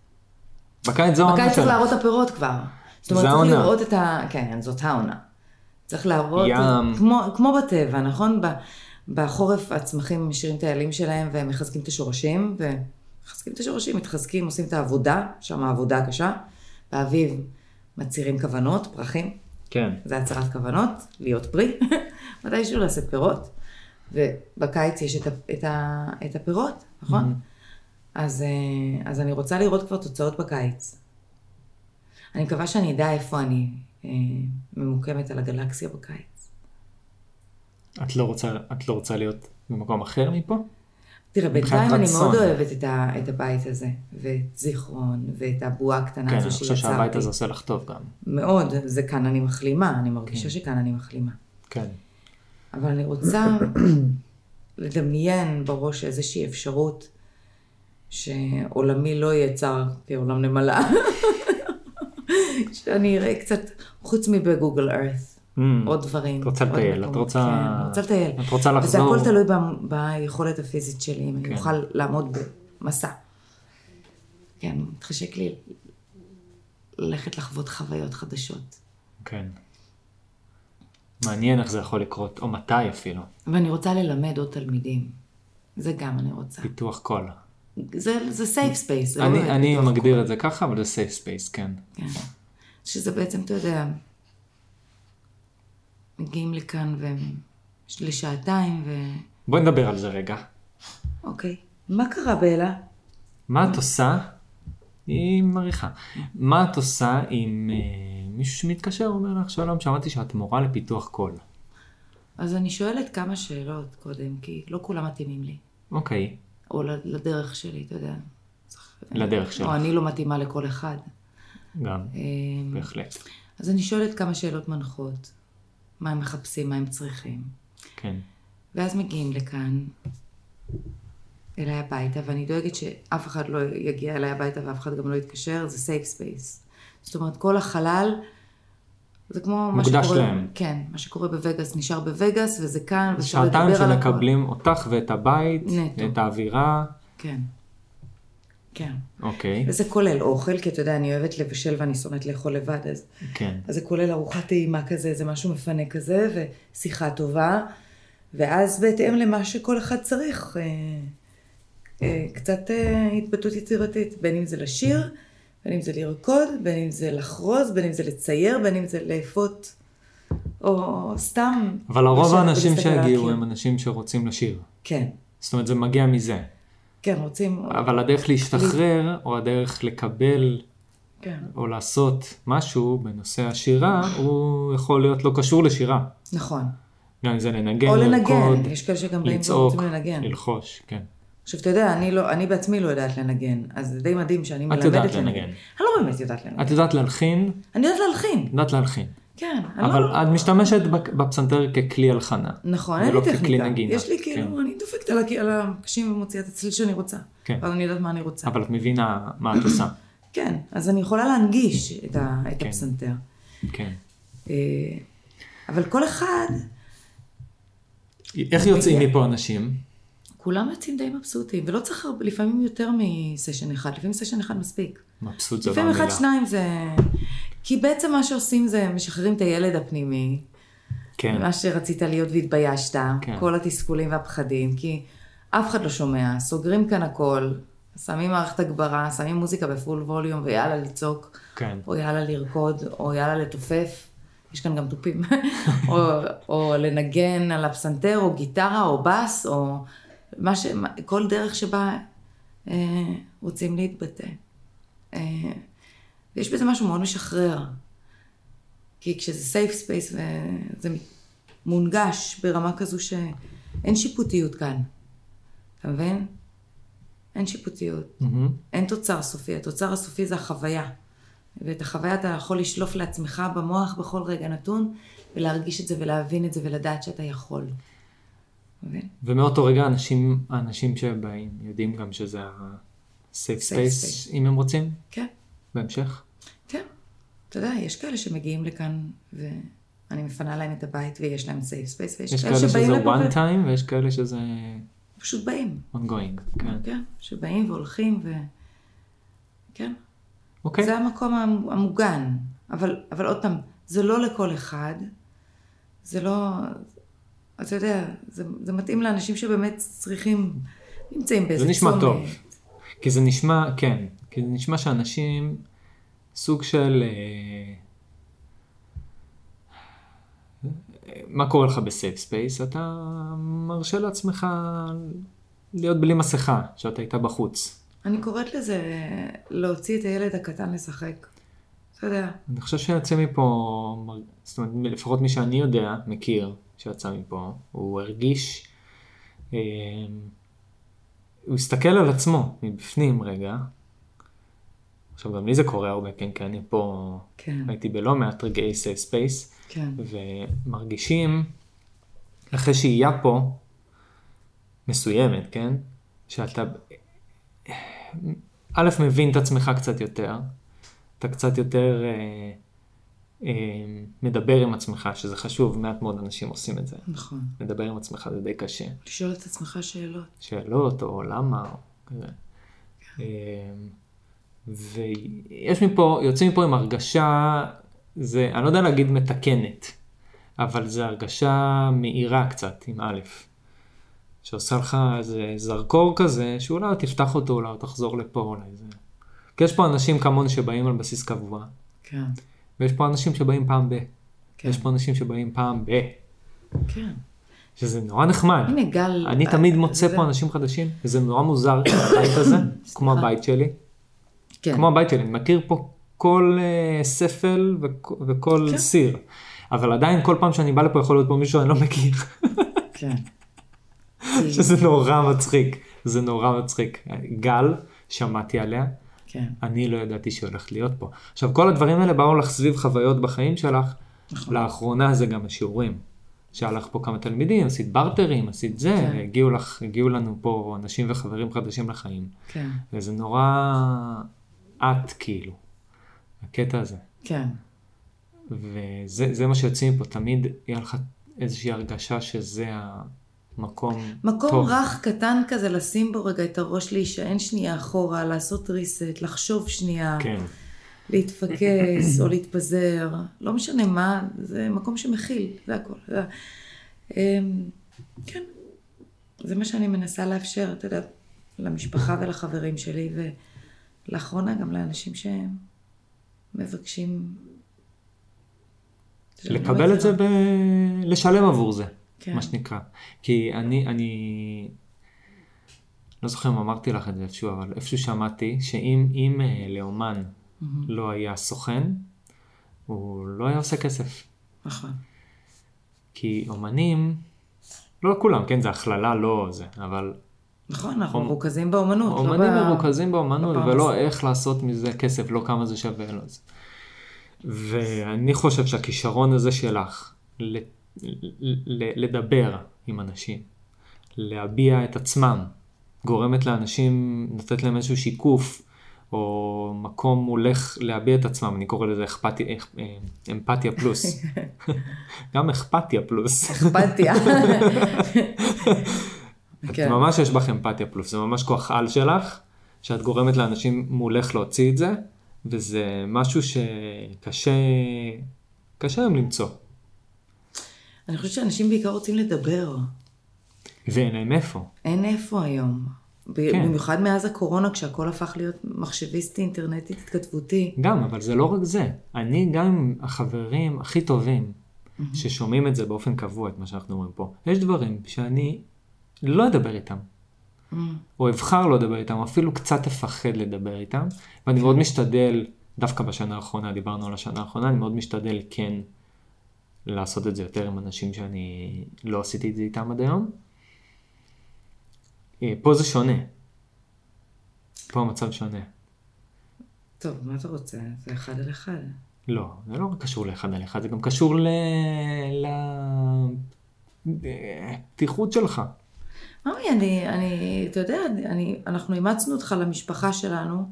Speaker 3: בקיץ זה העונה
Speaker 2: בקיץ צריך
Speaker 3: שלך.
Speaker 2: להראות את הפירות כבר. זאת אומרת,
Speaker 3: זה
Speaker 2: צריך
Speaker 3: העונה.
Speaker 2: לראות את ה... כן, זאת העונה. צריך להראות,
Speaker 3: ים.
Speaker 2: כמו, כמו בטבע, נכון? ב, בחורף הצמחים משאירים את האלים שלהם והם מחזקים את השורשים, ומחזקים את השורשים, מתחזקים, עושים את העבודה, שם העבודה קשה. באביב מצהירים כוונות, פרחים,
Speaker 3: כן.
Speaker 2: זה הצהרת כוונות, להיות פרי,
Speaker 3: <laughs>
Speaker 2: מתישהו לשאת פירות, ובקיץ יש את, ה- את, ה, את הפירות, נכון?
Speaker 3: Mm-hmm.
Speaker 2: אז, אה, אז אני רוצה לראות כבר תוצאות בקיץ. אני מקווה שאני אדע איפה אני אה, ממוקמת על הגלקסיה בקיץ.
Speaker 3: את לא רוצה, את לא רוצה להיות במקום אחר מפה?
Speaker 2: תראה,
Speaker 3: מבחינת
Speaker 2: בינתיים אני
Speaker 3: רצון.
Speaker 2: מאוד אוהבת את, ה, את הבית הזה, ואת זיכרון, ואת הבועה הקטנה
Speaker 3: כן, אני
Speaker 2: הזו שיצרתי.
Speaker 3: חושב שהבית הזה עושה לך טוב גם.
Speaker 2: מאוד, זה כאן אני מחלימה, אני מרגישה
Speaker 3: כן.
Speaker 2: שכאן אני מחלימה.
Speaker 3: כן.
Speaker 2: אבל אני רוצה
Speaker 3: <coughs>
Speaker 2: לדמיין בראש איזושהי אפשרות שעולמי לא יהיה צר כעולם
Speaker 3: <laughs>
Speaker 2: נמלה. שאני אראה קצת, חוץ מבגוגל ארת,
Speaker 3: Mm.
Speaker 2: עוד דברים.
Speaker 3: את רוצה
Speaker 2: עוד
Speaker 3: לטייל, את
Speaker 2: מקומות.
Speaker 3: רוצה...
Speaker 2: כן, אני רוצה לטייל.
Speaker 3: את רוצה
Speaker 2: וזה
Speaker 3: לחזור.
Speaker 2: הכל תלוי ב- ביכולת הפיזית שלי, אם
Speaker 3: כן.
Speaker 2: אני אוכל לעמוד במסע. כן, מתחשק לי ללכת לחוות חוויות חדשות.
Speaker 3: כן. מעניין איך זה יכול לקרות, או מתי אפילו.
Speaker 2: ואני רוצה ללמד עוד תלמידים. זה גם אני רוצה.
Speaker 3: פיתוח קול.
Speaker 2: זה, זה סייף ספייס. זה לא
Speaker 3: אני,
Speaker 2: באמת
Speaker 3: אני
Speaker 2: לא פיתוח
Speaker 3: מגדיר את זה ככה, אבל זה safe space, כן.
Speaker 2: כן. שזה בעצם, אתה יודע, מגיעים לכאן ו... לשעתיים ו...
Speaker 3: בואי נדבר על זה רגע.
Speaker 2: אוקיי. מה קרה באלה?
Speaker 3: מה את עושה? היא מריחה. מה את עושה אם אה, מישהו שמתקשר אומר לך, שלום, שמעתי שאת מורה לפיתוח קול.
Speaker 2: אז אני שואלת כמה שאלות קודם, כי לא כולם מתאימים לי.
Speaker 3: אוקיי,
Speaker 2: או ל- לדרך שלי, אתה יודע. צריך-
Speaker 3: לדרך שלך. כן.
Speaker 2: או אני לא מתאימה לכל אחד.
Speaker 3: גם,
Speaker 2: אמ,
Speaker 3: בהחלט.
Speaker 2: אז אני שואלת כמה שאלות מנחות. מה הם מחפשים, מה הם צריכים.
Speaker 3: כן.
Speaker 2: ואז מגיעים לכאן, אליי הביתה, ואני דואגת שאף אחד לא יגיע אליי הביתה ואף אחד גם לא יתקשר, זה סייף ספייס. זאת אומרת, כל החלל, זה כמו מה שקורה...
Speaker 3: מוקדש להם.
Speaker 2: כן, מה שקורה בווגאס נשאר בווגאס, וזה כאן, ואפשר לדבר על
Speaker 3: שעתיים
Speaker 2: הכל.
Speaker 3: שמקבלים אותך ואת הבית,
Speaker 2: נטו.
Speaker 3: את האווירה,
Speaker 2: כן. כן.
Speaker 3: אוקיי,
Speaker 2: וזה כולל אוכל, כי אתה יודע, אני אוהבת לבשל ואני שונאת לאכול לבד, אז
Speaker 3: כן.
Speaker 2: אז זה כולל ארוחה טעימה כזה, זה משהו מפנה כזה, ושיחה טובה, ואז בהתאם למה שכל אחד צריך, אה, אה, קצת אה, התבטאות יצירתית, בין אם זה לשיר, בין אם זה לרקוד, בין אם זה לחרוז, בין אם זה לצייר, בין אם זה לאפות, או סתם.
Speaker 3: אבל הרוב
Speaker 2: לשבת
Speaker 3: האנשים
Speaker 2: ולהסתכל על
Speaker 3: שהגיעו
Speaker 2: הקיר.
Speaker 3: הם אנשים שרוצים לשיר.
Speaker 2: כן,
Speaker 3: זאת אומרת, זה מגיע מזה.
Speaker 2: כן, רוצים...
Speaker 3: אבל הדרך להשתחרר, או הדרך לקבל,
Speaker 2: כן,
Speaker 3: או לעשות משהו בנושא השירה, הוא יכול להיות לא קשור לשירה.
Speaker 2: נכון.
Speaker 3: גם אם זה לנגן,
Speaker 2: או
Speaker 3: כן, לרקוד,
Speaker 2: לנגן, יש כאלה שגם באים
Speaker 3: לצעוק,
Speaker 2: ורוצים לנגן.
Speaker 3: ללחוש, כן.
Speaker 2: עכשיו, אתה יודע, אני, לא, אני בעצמי לא יודעת לנגן, אז זה די מדהים שאני
Speaker 3: את
Speaker 2: מלמדת
Speaker 3: יודעת
Speaker 2: לנגן.
Speaker 3: לנגן.
Speaker 2: אני לא באמת יודעת לנגן.
Speaker 3: את יודעת להלחין,
Speaker 2: אני יודעת להלחין,
Speaker 3: יודעת להלחין.
Speaker 2: כן. אני
Speaker 3: אבל
Speaker 2: לא...
Speaker 3: את משתמשת בק- בפסנתר ככלי הלחנה.
Speaker 2: נכון,
Speaker 3: זה
Speaker 2: אין לי
Speaker 3: לא ככלי
Speaker 2: טכניקה.
Speaker 3: נגינה,
Speaker 2: יש לי כאילו,
Speaker 3: כן.
Speaker 2: אני דופקת על הקי- על הקשים ומוציאה את הצליל שאני רוצה.
Speaker 3: כן.
Speaker 2: אבל אני יודעת מה אני רוצה.
Speaker 3: אבל את מבינה מה את עושה.
Speaker 2: כן, אז אני יכולה להנגיש את, ה... את
Speaker 3: כן.
Speaker 2: הפסנתר. <laughs>
Speaker 3: כן.
Speaker 2: אה, אבל כל אחד,
Speaker 3: איך יוצאים מפה אנשים?
Speaker 2: כולם יוצאים די מבסוטים, ולא צריך הרבה- לפעמים יותר מסשן אחד, לפעמים סשן אחד מספיק.
Speaker 3: מבסוט זה לא
Speaker 2: לפעמים אחד,
Speaker 3: מילה.
Speaker 2: שניים זה... כי בעצם מה שעושים זה משחררים את הילד הפנימי,
Speaker 3: כן,
Speaker 2: מה שרצית להיות והתביישת,
Speaker 3: כן.
Speaker 2: כן. כל התסכולים והפחדים, כי אף אחד לא שומע, סוגרים כאן הכל, שמים מערכת הגברה, שמים מוזיקה בפול ווליום, ויאללה לצעוק,
Speaker 3: כן.
Speaker 2: או יאללה לרקוד, או יאללה לתופף, יש כאן גם
Speaker 3: <laughs>
Speaker 2: תופים, או, או לנגן על הפסנתר, או גיטרה, או בס, או מה ש... מה- כל דרך שבה אה, רוצים להתבטא. אה, ויש בזה משהו מאוד משחרר. כי כשזה סייף ספייס וזה מונגש ברמה כזו שאין שיפוטיות כאן. אתה מבין? אין שיפוטיות.
Speaker 3: מהמם.
Speaker 2: אין תוצר סופי. התוצר הסופי זה החוויה. ואת החוויה אתה יכול לשלוף לעצמך במוח בכל רגע נתון, ולהרגיש את זה ולהבין את זה ולדעת שאתה יכול. אתה מבין?
Speaker 3: ומאותו רגע אנשים, האנשים שבאים יודעים גם שזה ה-safe space,
Speaker 2: space.
Speaker 3: אם הם רוצים,
Speaker 2: כן,
Speaker 3: בהמשך.
Speaker 2: כן. אתה יודע, יש כאלה שמגיעים לכאן, ואני מפנה להם את הבית ויש להם סייף ספייס, ויש
Speaker 3: יש כאלה שזה
Speaker 2: לפה ו-
Speaker 3: one time ויש כאלה שזה
Speaker 2: פשוט באים.
Speaker 3: ongoing. כן.
Speaker 2: כן, שבאים והולכים ו... כן.
Speaker 3: אוקיי,
Speaker 2: זה המקום המ- המוגן. אבל, אבל עוד פעם, זה לא לכל אחד. זה לא... אתה יודע, זה, זה מתאים לאנשים שבאמת צריכים... נמצאים באיזה
Speaker 3: זה נשמע
Speaker 2: צומת.
Speaker 3: טוב. כי זה נשמע, כן, כי זה נשמע שאנשים סוג של... אה, מה קורה לך בסייף ספייס? אתה מרשה לעצמך להיות בלי מסכה, שאתה איתה בחוץ.
Speaker 2: אני קוראת לזה להוציא את הילד הקטן לשחק. אתה יודע,
Speaker 3: אני חושב שיוצא מפה, מר- זאת אומרת, לפחות מי שאני יודע, מכיר, שיצא מפה, הוא הרגיש, אה, הוא הסתכל על עצמו מבפנים רגע. עכשיו גם לי זה קורה הרבה פעמים, כי אני פה
Speaker 2: כן,
Speaker 3: הייתי בלא מעט רגעי סייף ספייס,
Speaker 2: כן,
Speaker 3: ומרגישים, אחרי שהייה פה, מסוימת, כן? שאתה, א', מבין את עצמך קצת יותר, אתה קצת יותר אה, אה, מדבר עם עצמך, שזה חשוב, מעט מאוד אנשים עושים את זה.
Speaker 2: נכון.
Speaker 3: לדבר עם עצמך זה די קשה.
Speaker 2: לשאול את עצמך שאלות.
Speaker 3: שאלות, או למה, או כזה. אמ, ויש מפה, יוצאים מפה עם הרגשה, זה, אני לא יודע להגיד מתקנת, אבל זו הרגשה מהירה קצת, עם א', שעושה לך איזה זרקור כזה, שאולי תפתח אותו, אולי תחזור לפה, אולי זה. כי יש פה אנשים כמוני שבאים על בסיס קבוע,
Speaker 2: כן,
Speaker 3: ויש פה אנשים שבאים פעם ב.
Speaker 2: כן,
Speaker 3: יש פה אנשים שבאים פעם ב.
Speaker 2: כן.
Speaker 3: שזה נורא נחמד.
Speaker 2: הנה גל...
Speaker 3: אני תמיד
Speaker 2: זה-
Speaker 3: מוצא פה אנשים חדשים, וזה נורא מוזר, הבית
Speaker 2: <coughs>
Speaker 3: הזה, כמו הבית שלי.
Speaker 2: כן.
Speaker 3: כמו הבית שלי, אני מכיר פה כל אה, ספל וכ- וכל
Speaker 2: כן.
Speaker 3: סיר. אבל עדיין כל פעם שאני בא לפה יכול להיות פה מישהו שאני לא מכיר, <laughs>
Speaker 2: כן.
Speaker 3: שזה נורא מצחיק, זה נורא מצחיק. גל, שמעתי עליה,
Speaker 2: כן,
Speaker 3: אני לא ידעתי שהיא הולכת להיות פה. עכשיו כל הדברים האלה באו לך סביב חוויות בחיים שלך,
Speaker 2: נכון.
Speaker 3: לאחרונה זה גם השיעורים. שהיה לך פה כמה תלמידים, עשית בארטרים, עשית זה,
Speaker 2: כן.
Speaker 3: הגיעו לך, הגיעו לנו פה אנשים וחברים חדשים לחיים.
Speaker 2: כן,
Speaker 3: וזה נורא את כאילו, הקטע הזה.
Speaker 2: כן,
Speaker 3: וזה זה מה שיוצאים פה, תמיד יהיה לך איזושהי הרגשה שזה מקום
Speaker 2: מקום
Speaker 3: טוב.
Speaker 2: טוב. רך קטן כזה, לשים בו רגע את הראש, להישען שנייה אחורה, לעשות reset, לחשוב שנייה,
Speaker 3: כן. <laughs>
Speaker 2: להתפקס או להתפזר, לא משנה מה, זה מקום שמכיל, זה הכל. זה... אמ, כן, זה מה שאני מנסה לאפשר, אתה יודע, למשפחה ולחברים שלי, ולאחרונה גם לאנשים שמבקשים... לא
Speaker 3: לקבל את זה, ב... לשלם עבור זה,
Speaker 2: כן.
Speaker 3: כן. מה שנקרא. כי אני, אני, לא זוכר אם אמרתי לך את זה איפשהו, אבל איפשהו שמעתי שאם אם, אה, לאומן לא היה סוכן, הוא לא היה עושה כסף.
Speaker 2: נכון.
Speaker 3: כי אומנים, לא כולם, כן, זה הכללה, לא זה, אבל
Speaker 2: נכון, אנחנו
Speaker 3: אומ-
Speaker 2: מרוכזים באומנות. לא
Speaker 3: אומנים
Speaker 2: ב-
Speaker 3: מרוכזים באומנות,
Speaker 2: בפרנסה.
Speaker 3: ולא איך לעשות מזה כסף, לא כמה זה שווה לו. זה. ואני חושב שהכישרון הזה שלך, ל- ל- ל- לדבר עם אנשים, להביע את עצמם, גורמת לאנשים, לתת להם איזשהו שיקוף, או מקום מולך להביע את עצמם, אני קורא לזה אכפתי, אכ, אה, אמפתיה
Speaker 2: <laughs>
Speaker 3: פלוס. גם אכפתיה פלוס.
Speaker 2: אמפתיה.
Speaker 3: את
Speaker 2: כן.
Speaker 3: ממש יש בך אמפתיה פלוס, זה ממש כוח על שלך, שאת גורמת לאנשים מולך להוציא את זה, וזה משהו שקשה, קשה היום למצוא.
Speaker 2: אני חושבת שאנשים בעיקר רוצים לדבר.
Speaker 3: ואין להם איפה.
Speaker 2: אין איפה היום. ב-
Speaker 3: כן.
Speaker 2: במיוחד מאז הקורונה, כשהכל הפך להיות מחשביסטי, אינטרנטי, התכתבותי.
Speaker 3: גם, אבל זה לא רק זה. אני גם עם החברים הכי טובים, ששומעים את זה באופן קבוע, את מה שאנחנו אומרים פה, יש דברים שאני לא אדבר איתם.
Speaker 2: Mm.
Speaker 3: או אבחר לא לדבר איתם, או אפילו קצת אפחד לדבר איתם, ואני מאוד משתדל, דווקא בשנה האחרונה, דיברנו על השנה האחרונה, אני מאוד משתדל כן לעשות את זה יותר עם אנשים שאני לא עשיתי את זה איתם עד היום. אה, פה זה שונה. פה המצב שונה.
Speaker 2: טוב, מה אתה רוצה? זה אחד על אחד.
Speaker 3: לא, זה לא רק קשור לאחד על אחד, זה גם קשור ל... ל... אה, פתיחות שלך.
Speaker 2: ממי, אני, אני, אתה יודע, אני, אנחנו אימצנו אותך למשפחה שלנו,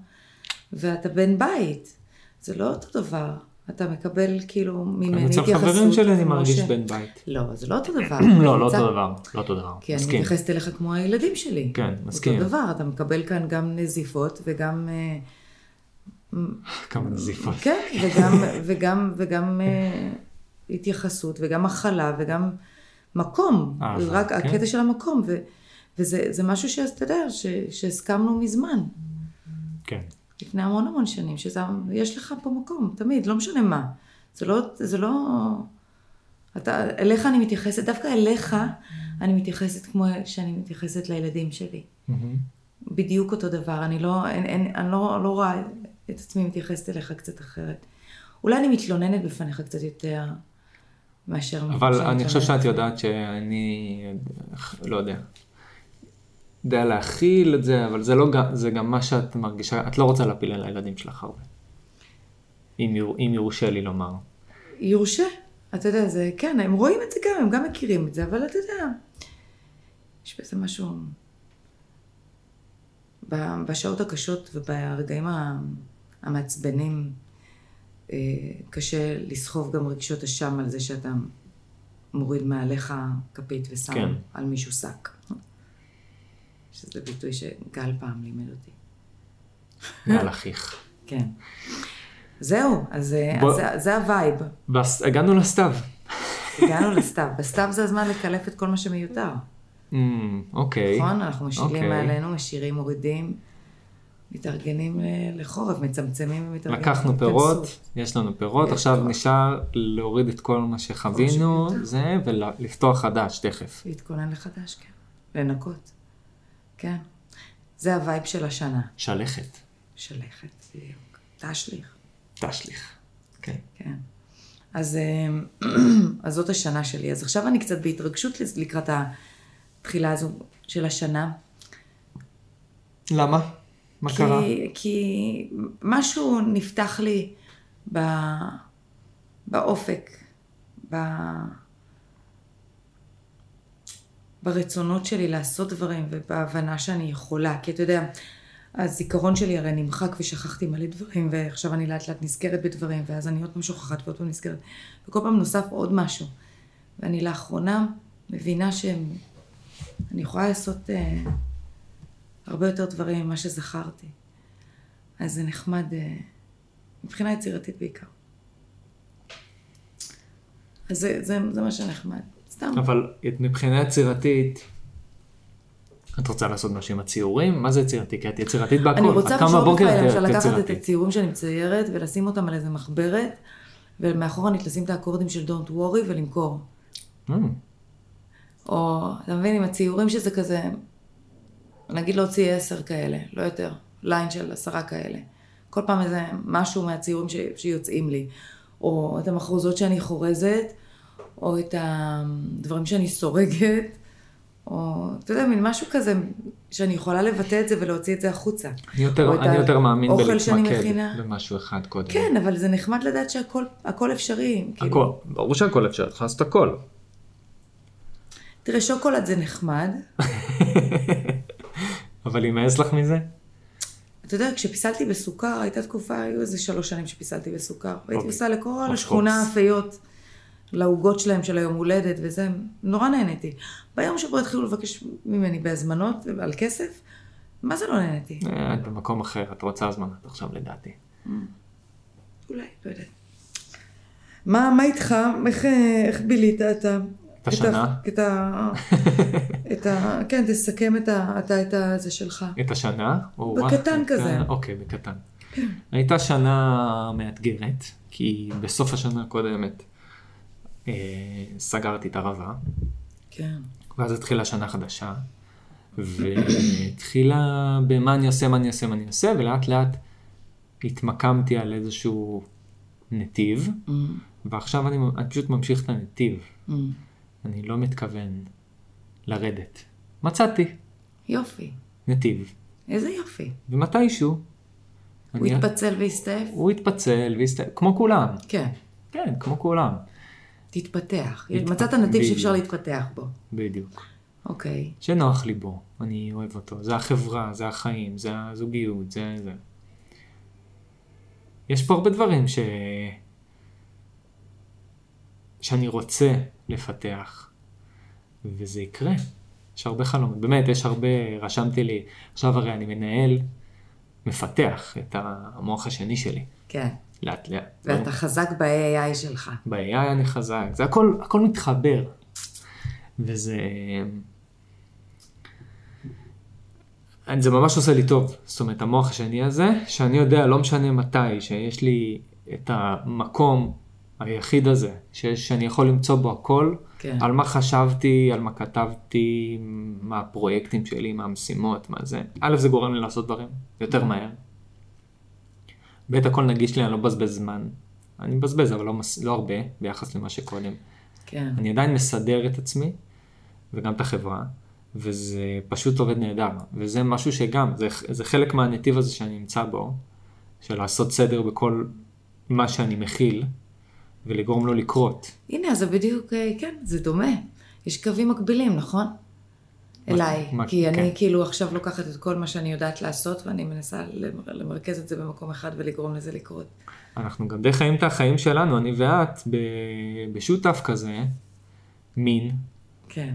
Speaker 2: ואתה בן בית. זה לא אותו דבר. אתה מקבל כאילו ממני
Speaker 3: גם אצל
Speaker 2: התייחסות.
Speaker 3: חברים שלי אני
Speaker 2: כמו
Speaker 3: מרגיש
Speaker 2: ש-
Speaker 3: בן
Speaker 2: <coughs>
Speaker 3: בית.
Speaker 2: לא, זה לא אותו דבר.
Speaker 3: <clears throat> לא, לא
Speaker 2: אתה-
Speaker 3: אותו דבר. לא אותו דבר.
Speaker 2: כי אני
Speaker 3: מסכים.
Speaker 2: מתייחסת אליך כמו הילדים שלי.
Speaker 3: כן, מסכים.
Speaker 2: אותו דבר, אתה מקבל כאן גם נזיפות וגם... אה,
Speaker 3: כמה נזיפות.
Speaker 2: כן, וגם, וגם, וגם אה, התייחסות, וגם הכלה, וגם מקום.
Speaker 3: אה,
Speaker 2: זה רק
Speaker 3: כן.
Speaker 2: הקטע של המקום. ו, וזה זה משהו שאתה יודע, ש- שהסכמנו מזמן,
Speaker 3: כן.
Speaker 2: לפני המון המון שנים, שיש לך פה מקום, תמיד, לא משנה מה. זה לא... זה לא אתה, אליך אני מתייחסת, דווקא אליך אני מתייחסת כמו שאני מתייחסת לילדים שלי. בדיוק אותו דבר, אני לא, אין, אין, אני לא, לא רואה את עצמי מתייחסת אליך קצת אחרת. אולי אני מתלוננת בפניך קצת יותר מאשר...
Speaker 3: אבל
Speaker 2: שאני
Speaker 3: אני חושב
Speaker 2: מתלוננת.
Speaker 3: שאת יודעת שאני, לא יודע, יודע להכיל את זה, אבל זה לא גם, זה גם מה שאת מרגישה, את לא רוצה להפיל על הילדים שלך הרבה. אם יור- אם יורשה לי לומר.
Speaker 2: יורשה, אתה יודע, זה כן, הם רואים את זה גם, הם גם מכירים את זה, אבל אתה יודע, יש בזה משהו... ב- בשעות הקשות וברגעים ה- המעצבנים, אה, קשה לסחוב גם רגשות אשם על זה שאתה מוריד מעליך כפית ושם
Speaker 3: כן.
Speaker 2: על מישהו שק. שזה ביטוי שגל פעם לימד אותי.
Speaker 3: מעל אחיך.
Speaker 2: כן. זהו, אז, אה,
Speaker 3: בוא-
Speaker 2: אז זה, זה הווייב.
Speaker 3: בס- הגענו לסתיו.
Speaker 2: הגענו לסתיו. בסתיו זה הזמן לקלף את כל מה שמיותר.
Speaker 3: אמ, אוקיי.
Speaker 2: נכון? אנחנו משילים
Speaker 3: אוקיי.
Speaker 2: מעלינו, משירים, מורידים, מתארגנים ל- לחורף, מצמצמים ומתארגנים.
Speaker 3: לקחנו פירות,
Speaker 2: להתכנסות.
Speaker 3: יש לנו פירות,
Speaker 2: יש
Speaker 3: עכשיו
Speaker 2: כבר.
Speaker 3: נשאר להוריד את כל מה שחווינו, זה, ולפתוח חדש תכף.
Speaker 2: להתכונן לחדש, כן. לנקות. כן. זה הווייב של השנה.
Speaker 3: שלכת,
Speaker 2: שלכת, בדיוק. תשליך,
Speaker 3: תשליך. כן.
Speaker 2: כן. אז, אה, <clears throat> אז זאת השנה שלי. אז עכשיו אני קצת בהתרגשות לקראת התחילה הזו של השנה.
Speaker 3: למה? מה קרה?
Speaker 2: כי, כי משהו נפתח לי ב, באופק, ב, ברצונות שלי לעשות דברים ובהבנה שאני יכולה. כי אתה יודע, הזיכרון שלי הרי נמחק ושכחתי מלא דברים, ועכשיו אני לאט לאט נזכרת בדברים, ואז אני עוד פעם שוכחת ועוד פעם נזכרת, וכל פעם נוסף עוד משהו. ואני לאחרונה מבינה שהם אני יכולה לעשות אה, הרבה יותר דברים ממה שזכרתי. אז זה נחמד, אה, מבחינה יצירתית בעיקר. אז זה, זה, זה מה שנחמד. סתם.
Speaker 3: אבל את מבחינה יצירתית, את רוצה לעשות משהו עם הציורים? מה זה יצירתי? כי את יצירתית בהכל.
Speaker 2: אני
Speaker 3: את
Speaker 2: רוצה
Speaker 3: קמה
Speaker 2: לחשוב
Speaker 3: בבוקר,
Speaker 2: לפעמים,
Speaker 3: את
Speaker 2: למשל לקחת את
Speaker 3: יצירתית.
Speaker 2: הציורים שאני מציירת ולשים אותם על איזה מחברת, ומאחורנית לשים את האקורדים של Don't Worry ולמכור.
Speaker 3: אה,
Speaker 2: או, אתה מבין, עם הציורים שזה כזה, נגיד להוציא עשר כאלה, לא יותר, ליין של עשרה כאלה. כל פעם איזה משהו מהציורים ש... שיוצאים לי. או את המחרוזות שאני חורזת, או את הדברים שאני סורגת, או, אתה יודע, מין משהו כזה, שאני יכולה לבטא את זה ולהוציא את זה החוצה.
Speaker 3: אני יותר-
Speaker 2: או את
Speaker 3: אני יותר מאמין
Speaker 2: האוכל שאני
Speaker 3: בלהתמקד
Speaker 2: מכינה.
Speaker 3: במשהו אחד קודם.
Speaker 2: כן, אבל זה נחמד לדעת שהכל הכל אפשרי. כאילו.
Speaker 3: הכל, ברור שהכל אפשר, את יכולה לעשות הכל.
Speaker 2: תראה, שוקולד זה נחמד.
Speaker 3: אבל יימאס לך מזה?
Speaker 2: אתה יודע, כשפיסלתי בסוכר, הייתה תקופה, היו איזה שלוש שנים שפיסלתי בסוכר. הייתי
Speaker 3: אוקיי.
Speaker 2: עושה לכל
Speaker 3: Of
Speaker 2: השכונה
Speaker 3: course.
Speaker 2: הפיות, לעוגות שלהם של היום הולדת וזה, נורא נהניתי. ביום שבו התחילו לבקש ממני בהזמנות על כסף, מה זה לא נהניתי?
Speaker 3: אה, את במקום אחר, את רוצה הזמנת עכשיו לדעתי.
Speaker 2: אולי, לא יודעת. מה, מה איתך? איך, אה, איך בילית אתה?
Speaker 3: את השנה? <laughs>
Speaker 2: את ה... את ה... כן, תסכם את ה... אתה את ה... זה שלך.
Speaker 3: את השנה? או,
Speaker 2: בקטן
Speaker 3: אה, את
Speaker 2: כזה.
Speaker 3: ה- אוקיי, בקטן. הייתה שנה מאתגרת, כי בסוף השנה הקודמת אה, סגרתי את הרבה,
Speaker 2: כן.
Speaker 3: ואז התחילה שנה חדשה, והתחילה במה אני עושה, מה אני עושה, מה אני עושה, ולאט לאט התמקמתי על איזשהו נתיב,
Speaker 2: Mm,
Speaker 3: ועכשיו אני, אני פשוט ממשיך את הנתיב, אני לא מתכוון לרדת. מצאתי
Speaker 2: יופי.
Speaker 3: נתיב,
Speaker 2: איזה יופי.
Speaker 3: ומתישהו...
Speaker 2: הוא
Speaker 3: אני-
Speaker 2: התפצל והסתעף?
Speaker 3: הוא התפצל, והסת... כמו כולם.
Speaker 2: כן.
Speaker 3: כן, כמו כולם.
Speaker 2: תתפתח.
Speaker 3: התפ-
Speaker 2: מצאת נתיב שאפשר
Speaker 3: בדיוק.
Speaker 2: להתפתח בו.
Speaker 3: בדיוק.
Speaker 2: אוקיי.
Speaker 3: שנוח לי בו, אני אוהב אותו. זה החברה, זה החיים, זה הזוגיות, זה זה. יש פה הרבה דברים ש... שאני רוצה לפתח, וזה יקרה. יש הרבה חלומות. באמת, יש הרבה, רשמתי לי, עכשיו הרי אני מנהל, מפתח את המוח השני שלי,
Speaker 2: כן.
Speaker 3: לאט לאט.
Speaker 2: ואתה חזק ב-AI שלך.
Speaker 3: ב-AI אני חזק, זה הכל, הכל מתחבר. וזה... אני- זה ממש עושה לי טוב, זאת אומרת המוח השני הזה, שאני יודע לא משנה מתי, שיש לי את המקום היחיד הזה, שיש, שאני יכול למצוא בו הכל,
Speaker 2: כן.
Speaker 3: על מה חשבתי, על מה כתבתי, מה הפרויקטים שלי, מה המשימות, מה זה. א', זה גורם לי לעשות דברים יותר מהר. ב', הכל נגיש לי, אני לא מבזבז זמן. אני מבזבז, אבל לא, מס... לא הרבה ביחס למה שקודם.
Speaker 2: כן.
Speaker 3: אני עדיין מסדר את עצמי, וגם את החברה, וזה פשוט עובד נהדר. וזה משהו שגם, זה, זה חלק מהנתיב הזה שאני נמצא בו, של לעשות סדר בכל מה שאני מכיל, ולגרום לו לקרות.
Speaker 2: הנה, אז זה בדיוק, אה, כן, זה דומה. יש קווים מקבילים, נכון? אליי.
Speaker 3: מה-
Speaker 2: כי אני
Speaker 3: כן.
Speaker 2: כאילו עכשיו לוקחת את כל מה שאני יודעת לעשות, ואני מנסה למ- למרכז את זה במקום אחד ולגרום לזה לקרות.
Speaker 3: אנחנו גם די חיים את החיים שלנו, אני ואת, ב... בשותף כזה, מין,
Speaker 2: כן.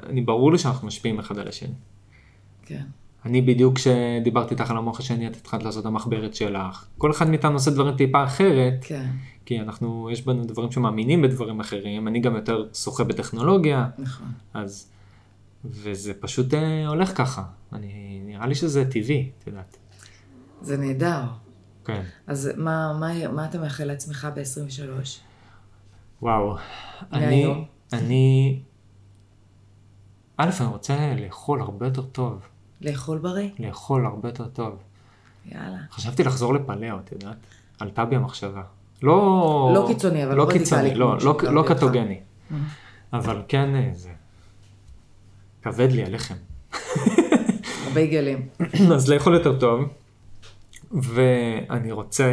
Speaker 3: ואני ברור לי שאנחנו משפיעים אחד על השני.
Speaker 2: כן.
Speaker 3: אני בדיוק כשדיברתי איתך על המוח השני, את התחלת לעשות את המחברת שלך. כל אחד מאיתנו עושה דברים טיפה אחרת,
Speaker 2: כן.
Speaker 3: כי אנחנו, יש בנו דברים שמאמינים בדברים אחרים, אני גם יותר שוחה בטכנולוגיה,
Speaker 2: נכון.
Speaker 3: אז, וזה פשוט אה, הולך ככה. אני, נראה לי שזה טבעי, את יודעת.
Speaker 2: זה נהדר.
Speaker 3: כן.
Speaker 2: אז מה, מה, מה אתה מאחל לעצמך ב-23?
Speaker 3: וואו, אני,
Speaker 2: והיום?
Speaker 3: אני, א', אני רוצה לאכול הרבה יותר טוב,
Speaker 2: לאכול בריא?
Speaker 3: לאכול הרבה יותר טוב.
Speaker 2: יאללה.
Speaker 3: חשבתי לחזור לפלאו, את יודעת? עלתה בי המחשבה. לא...
Speaker 2: לא קיצוני, אבל
Speaker 3: לא
Speaker 2: רדיקלי,
Speaker 3: קיצוני, לא,
Speaker 2: כמו
Speaker 3: לא,
Speaker 2: שהכרתי
Speaker 3: לא
Speaker 2: אותך.
Speaker 3: קטוגני.
Speaker 2: Mm.
Speaker 3: אבל כן, אה, זה... כבד לי הלחם.
Speaker 2: בייגלים.
Speaker 3: <clears throat> אז לאכול יותר טוב, ואני רוצה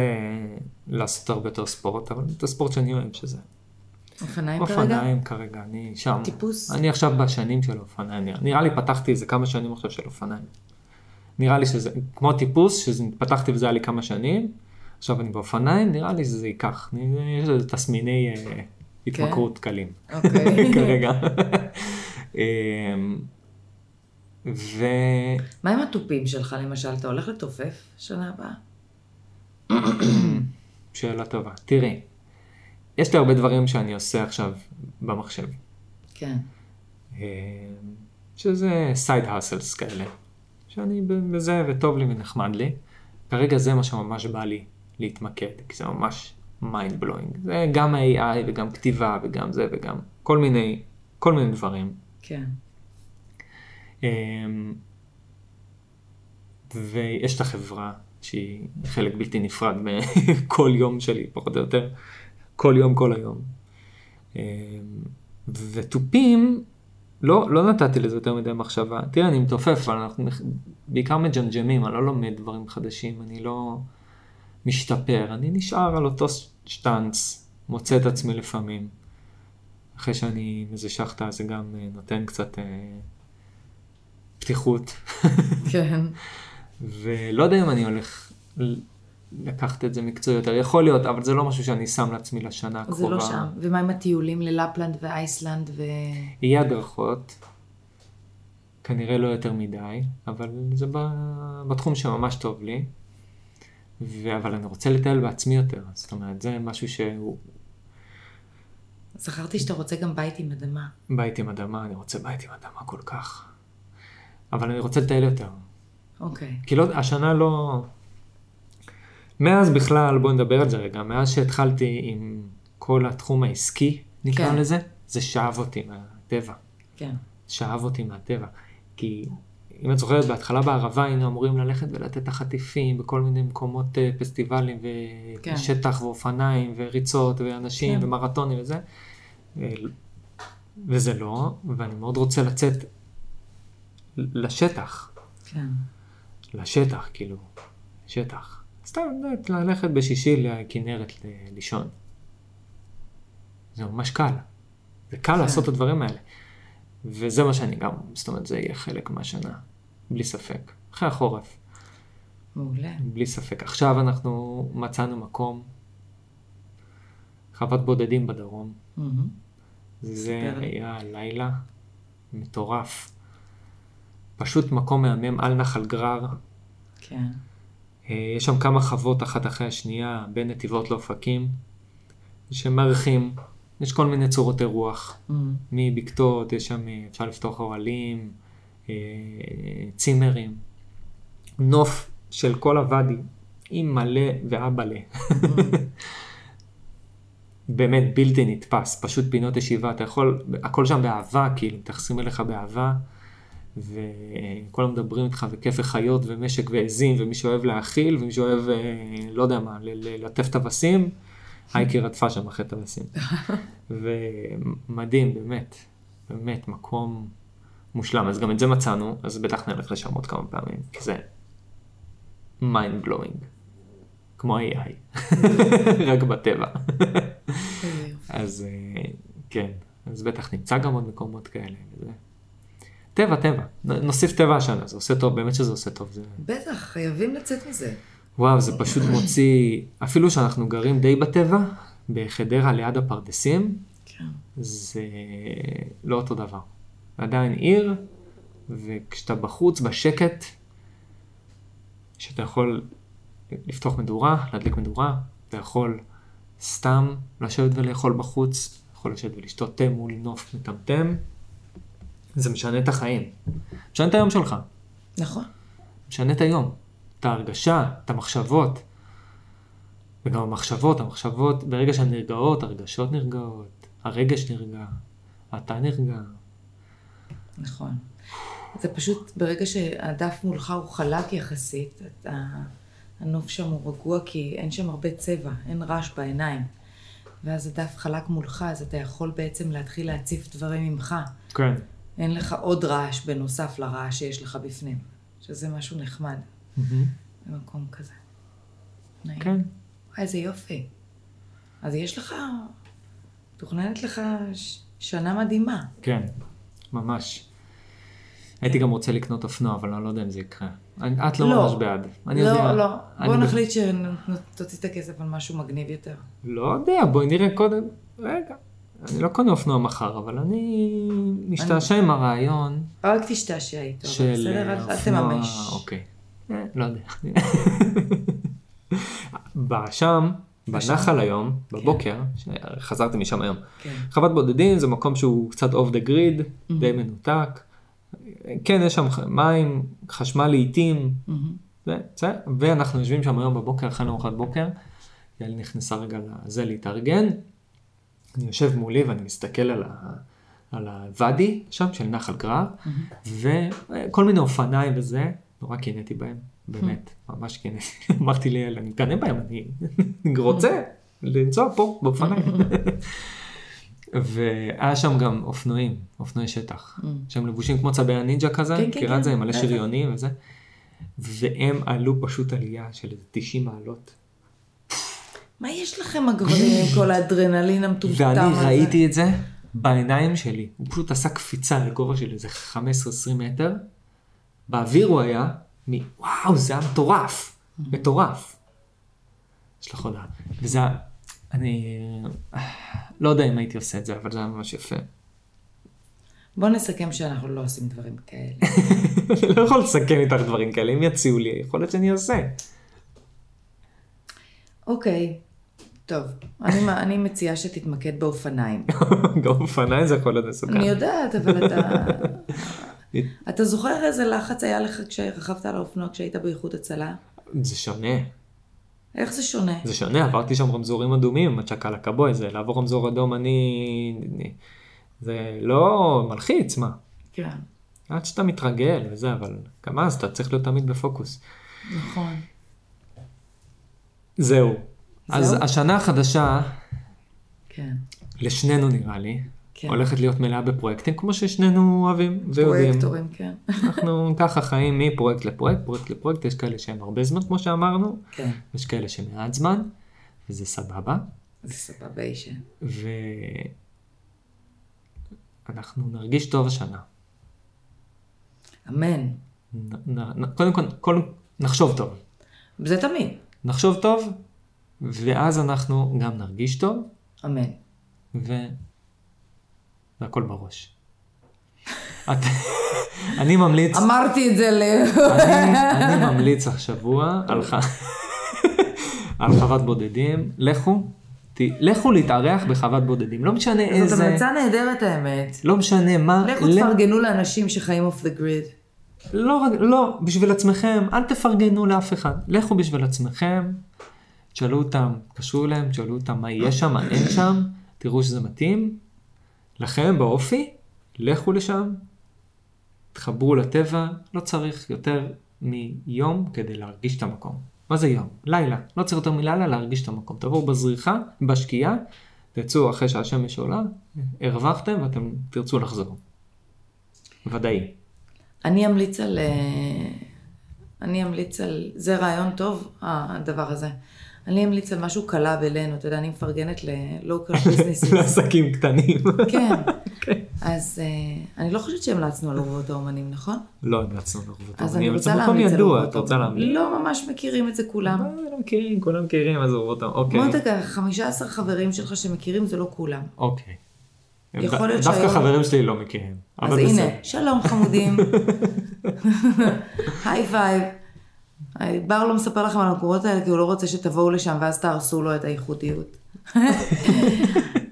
Speaker 3: לעשות הרבה יותר ספורט, אבל את הספורט שאני אוהב, שזה
Speaker 2: אופניים כרגע?
Speaker 3: אופניים כרגע, אני שם.
Speaker 2: טיפוס?
Speaker 3: אני עכשיו בשנים של אופניים, נראה- נראה לי פתחתי איזה כמה שנים עכשיו של אופניים. נראה לי שזה, כמו טיפוס, שפתחתי וזה היה לי כמה שנים, עכשיו אני באופניים, נראה לי שזה ייקח,
Speaker 2: כן. <laughs>
Speaker 3: אני- יש לזה תסמיני אה, התמכרות קלים <laughs>
Speaker 2: אוקיי.
Speaker 3: כרגע. אמ, ו...
Speaker 2: מה עם התופים שלך, למשל? אתה הולך לתופף שנה הבאה?
Speaker 3: שאלה טובה. תראי, יש לי הרבה דברים שאני עושה עכשיו במחשב.
Speaker 2: כן.
Speaker 3: אמ, שזה סייד האסלס כאלה. שאני ב- בזה וטוב לי ונחמד לי. כרגע זה מה שממש בא לי להתמקד, כי זה ממש מיינד בלואינג. זה גם ה-AI וגם כתיבה וגם זה וגם כל מיני, כל מיני דברים.
Speaker 2: כן.
Speaker 3: אמ, ויש את החברה שהיא חלק בלתי נפרד מכל יום שלי, פחות או יותר. כל יום, כל היום. אמ, ותופים, לא, לא נתתי לזה יותר מדי מחשבה. תראה, אני מתופף, אבל אנחנו מח- בעיקר מג'מג'מים, אני לא לומד דברים חדשים, אני לא משתפר, אני נשאר על אותו שטאנץ, מוצא את עצמי לפעמים. אחרי שאני מזה שחטה, זה גם אה, נותן קצת אה, פתיחות.
Speaker 2: כן.
Speaker 3: ולא יודע אם אני הולך ל- לקחת את זה מקצועי יותר, יכול להיות, אבל זה לא משהו שאני שם לעצמי לשנה הקרובה.
Speaker 2: זה לא שם. ומה עם הטיולים ללפלנד ואיסלנד ו...
Speaker 3: יהיה הדרכות, כנראה לא יותר מדי, אבל זה ב... בתחום שממש טוב לי. ו... אבל אני רוצה לטייל בעצמי יותר, זאת אומרת, זה משהו שהוא
Speaker 2: זכרתי שאתה רוצה גם בית עם אדמה.
Speaker 3: בית עם אדמה, אני רוצה בית עם אדמה כל כך. אבל אני רוצה לטייל יותר.
Speaker 2: אוקיי.
Speaker 3: כי לא, השנה לא... מאז בכלל, בוא נדבר על זה רגע, מאז שהתחלתי עם כל התחום העסקי, נקרא
Speaker 2: כן.
Speaker 3: לזה, זה שאב אותי מהטבע.
Speaker 2: כן.
Speaker 3: שאב אותי מהטבע. כי אם את זוכרת, בהתחלה בערבה היינו אמורים ללכת ולתת את החטיפים בכל מיני מקומות אה, פסטיבלים
Speaker 2: כן.
Speaker 3: ושטח כן. ואופניים וריצות ואנשים
Speaker 2: כן.
Speaker 3: כן. ומרתונים וזה. אה, וזה לא, ואני מאוד רוצה לצאת לשטח,
Speaker 2: כן.
Speaker 3: לשטח, כאילו, שטח. סתם, את יודעת, ללכת בשישי לכנרת ל- לישון. זה ממש קל. זה
Speaker 2: כן.
Speaker 3: קל לעשות את הדברים האלה. וזה מה שאני גם, זאת אומרת, זה יהיה חלק מהשנה. בלי ספק. אחרי החורף,
Speaker 2: מעולה.
Speaker 3: בלי ספק. עכשיו אנחנו מצאנו מקום, חוות בודדים בדרום.
Speaker 2: מהמם.
Speaker 3: זה
Speaker 2: ספר לי.
Speaker 3: היה לילה מטורף. פשוט מקום מהמם על נחל גרר.
Speaker 2: כן.
Speaker 3: אה, יש שם כמה חוות אחת אחרי השנייה, בין נתיבות לאופקים, שמארחים, יש כל מיני צורות אירוח,
Speaker 2: <laughs> מהמם.
Speaker 3: מבקתות, יש שם, אה, אפשר לפתוח אוהלים, אה, צימרים, נוף של כל הוואדי, עם מלא ואבאלה. באמת בלתי נתפס, פשוט פינות ישיבה, אתה יכול, הכל שם באהבה, כאילו, מתייחסים אליך באהבה, וכולם מדברים איתך, וכיף וחיות, ומשק ועזים, ומי שאוהב להאכיל, ומי שאוהב, אה, לא יודע מה, ל- ל- לטף טווסים, הייקי רדפה שם אחרי טווסים. ומדהים, באמת, באמת, מקום מושלם. אז גם את זה מצאנו, אז בטח נלך לשם עוד כמה פעמים, כי זה mind blowing, כמו AI, <laughs> רק בטבע.
Speaker 2: איזה יופי.
Speaker 3: אז אה, כן, אז בטח נמצא גם עוד מקומות כאלה. וזה. טבע, טבע, נ- נוסיף טבע השנה, זה עושה טוב, באמת שזה עושה טוב. זה...
Speaker 2: בטח, חייבים לצאת מזה.
Speaker 3: וואו, זה פשוט מוציא, אפילו שאנחנו גרים די בטבע, בחדרה ליד הפרדסים,
Speaker 2: כן.
Speaker 3: זה לא אותו דבר. עדיין עיר, וכשאתה בחוץ, בשקט, שאתה יכול לפתוח מדורה, להדליק מדורה, אתה יכול סתם לשבת ולאכול בחוץ, יכול לשבת ולשתות תה מול נוף מטמטם, זה משנה את החיים. משנה את היום שלך,
Speaker 2: נכון.
Speaker 3: משנה את היום, את ההרגשה, את המחשבות. וגם המחשבות, המחשבות, ברגע שהן נרגעות, הרגשות נרגעות, הרגש נרגע, אתה נרגע.
Speaker 2: נכון. זה פשוט, ברגע שהדף מולך הוא חלק יחסית, אתה, הנוף שם הוא רגוע כי אין שם הרבה צבע, אין רעש בעיניים. ואז הדף חלק מולך, אז אתה יכול בעצם להתחיל להציף דברים ממך.
Speaker 3: כן.
Speaker 2: אין לך עוד רעש בנוסף לרעש שיש לך בפנים, שזה משהו נחמד Mm-hmm. במקום כזה. נעים.
Speaker 3: כן.
Speaker 2: וואי, איזה יופי. אז יש לך, מתוכננת לך ש... שנה מדהימה.
Speaker 3: כן, ממש. הייתי גם רוצה לקנות אופנוע, אבל אני לא יודע אם זה יקרה. אני- את לא
Speaker 2: כן. לא.
Speaker 3: ממש בעד. אני
Speaker 2: לא,
Speaker 3: יודע.
Speaker 2: לא.
Speaker 3: אני
Speaker 2: בוא
Speaker 3: ב-
Speaker 2: נחליט שתוציא את הכסף על משהו מגניב יותר.
Speaker 3: לא יודע, בואי נראה קודם. רגע. אני לא קונה אופנוע מחר, אבל אני משתעשע עם הרעיון
Speaker 2: רק תשתעשע איתו, אבל
Speaker 3: של
Speaker 2: בסדר?
Speaker 3: אה,
Speaker 2: אל-
Speaker 3: אופנוע...
Speaker 2: אל תממש.
Speaker 3: אוקיי. אה, לא יודע. בשם, בנחל היום, בבוקר, חזרתי משם היום.
Speaker 2: כן.
Speaker 3: חוות בודדים זה מקום שהוא קצת אוף דה גריד,
Speaker 2: Mm-hmm.
Speaker 3: די מנותק. כן, יש שם מים, חשמל לעיתים,
Speaker 2: מהמם.
Speaker 3: זה, זה, ואנחנו יושבים שם היום בבוקר, אחרי ארוחת בוקר, יעל נכנסה רגע לזה להתארגן, אני יושב מולי ואני מסתכל על, ה, על הוואדי שם של נחל גרר, וכל מיני אופניים וזה, נורא קינאתי בהם, באמת, ממש קינאתי, <laughs> אמרתי ליעל, אני מקנא בהם, אני <laughs> רוצה לנסוע פה באופניים. <laughs> והיה שם גם אופנועים, אופנועי שטח, שהם לבושים כמו צבי הנינג'ה כזה,
Speaker 2: כן, כן,
Speaker 3: מכירה את זה,
Speaker 2: כן.
Speaker 3: מלא שריונים וזה. והם עלו פשוט עלייה של איזה 90 מעלות.
Speaker 2: מה יש לכם הגברים עם כל האדרנלין המטומטם הזה?
Speaker 3: ואני ראיתי את זה בעיניים שלי. הוא פשוט עשה קפיצה לגובה של איזה 15-20 מטר. באוויר הוא היה, מ- וואו, זה היה מטורף. מטורף. יש לך הודעה. וזה היה, אני לא יודע אם הייתי עושה את זה, אבל זה היה ממש יפה. <laughs>
Speaker 2: בוא נסכם שאנחנו לא עושים דברים כאלה. <laughs>
Speaker 3: אני לא יכול לסכם איתך דברים כאלה, אם יציעו לי, יכול להיות שאני עושה.
Speaker 2: אוקיי, טוב. אני מה- אני מציעה
Speaker 3: <laughs>
Speaker 2: שתתמקד באופניים.
Speaker 3: <laughs> אוקיי. גם אופניים זה יכול להיות מסוכן.
Speaker 2: אני יודעת, אבל אתה...
Speaker 3: <laughs>
Speaker 2: אתה זוכר איזה לחץ היה לך כשרכבת על האופנוע כשהיית באיחוד הצלה?
Speaker 3: זה שונה.
Speaker 2: איך זה שונה?
Speaker 3: זה שונה, עברתי שם רמזורים אדומים עם הצ'קל הקבוי, זה לעבור רמזור אדום אני... זה לא מלחיץ, מה?
Speaker 2: כן,
Speaker 3: עד שאתה מתרגל וזה, אבל גם אז אתה צריך להיות תמיד בפוקוס.
Speaker 2: נכון.
Speaker 3: זהו. אז
Speaker 2: זהו?
Speaker 3: השנה החדשה,
Speaker 2: כן.
Speaker 3: לשנינו נראה לי,
Speaker 2: כן.
Speaker 3: הולכת להיות מלאה בפרויקטים כמו ששנינו אוהבים ויודעים.
Speaker 2: פרויקטורים, <laughs> כן.
Speaker 3: אנחנו ככה חיים מפרויקט לפרויקט, פרויקט לפרויקט, יש כאלה שהם הרבה זמן כמו שאמרנו,
Speaker 2: כן,
Speaker 3: יש כאלה שמעט זמן, וזה סבבה.
Speaker 2: זה אוקיי, סבבה אישה.
Speaker 3: ואנחנו נרגיש טוב השנה.
Speaker 2: אמן.
Speaker 3: נ, נ, נ, קודם כל, כל, נחשוב טוב.
Speaker 2: זה תמיד.
Speaker 3: נחשוב טוב, ואז אנחנו גם נרגיש טוב, <laughs>
Speaker 2: אמן.
Speaker 3: ו... והכל
Speaker 2: <laughs>
Speaker 3: בראש. את, אני ממליץ,
Speaker 2: אמ- אמרתי את זה ל...
Speaker 3: <laughs> אני, אני ממליץ השבוע על, ח... על חוות בודדים. לכו, ת, לכו להתארח בחוות בודדים. לא משנה
Speaker 2: זאת
Speaker 3: איזה,
Speaker 2: המלצה נהדרת האמת.
Speaker 3: לא משנה מה.
Speaker 2: לכו
Speaker 3: לכו-
Speaker 2: תפרגנו לאנשים שחיים אוף דה גריד.
Speaker 3: לא, רק- לא, בשביל עצמכם, אל תפרגנו לאף אחד. לכו בשביל עצמכם, תשאלו אותם, תקשרו אליהם, תשאלו אותם מה יש שם, מה אין שם, תראו שזה מתאים. לכם באופי, לכו לשם, תחברו לטבע, לא צריך יותר מיום כדי להרגיש את המקום. מה זה יום? לילה. לא צריך יותר מלילה להרגיש את המקום. תבואו בזריחה, בשקיעה, תצאו אחרי שהשמש עולה, הרווחתם ואתם תרצו לחזור. ודאי.
Speaker 2: אני אמליץ על... אה, אני אמליץ על... זה רעיון טוב, ה- הדבר הזה. אני אמליץ על משהו קלה בינינו, אתה יודע, אני מפרגנת
Speaker 3: <laughs> לא
Speaker 2: ל-local businesses.
Speaker 3: לעסקים קטנים. אוקיי.
Speaker 2: כן. אז אה, אני לא חושבת שהמלצנו על אורוות האומנים, נכון?
Speaker 3: לא המלצנו לרבות
Speaker 2: אז
Speaker 3: האומנים,
Speaker 2: אני
Speaker 3: אבל זה
Speaker 2: רוצה
Speaker 3: מקום
Speaker 2: להמליץ על
Speaker 3: ידוע,
Speaker 2: אורוות
Speaker 3: את רוצה להמליץ.
Speaker 2: לא ממש מכירים את זה כולם.
Speaker 3: אה, לא מכירים, כולם מכירים, אז אורוות האומנים. אוקיי.
Speaker 2: מותק, 15 חברים שלך שמכירים זה לא כולם.
Speaker 3: אוקיי.
Speaker 2: יכול
Speaker 3: דו-
Speaker 2: להיות
Speaker 3: דווקא
Speaker 2: שהיום-
Speaker 3: חברים שלי לא מכירים.
Speaker 2: אז
Speaker 3: אבל בסדר.
Speaker 2: הנה, שלום
Speaker 3: <laughs>
Speaker 2: חמודים, היי פייב. בר לא מספר לכם על המקומות האלה כי הוא לא רוצה שתבואו לשם ואז תהרסו לו
Speaker 3: <laughs>
Speaker 2: את הייחודיות.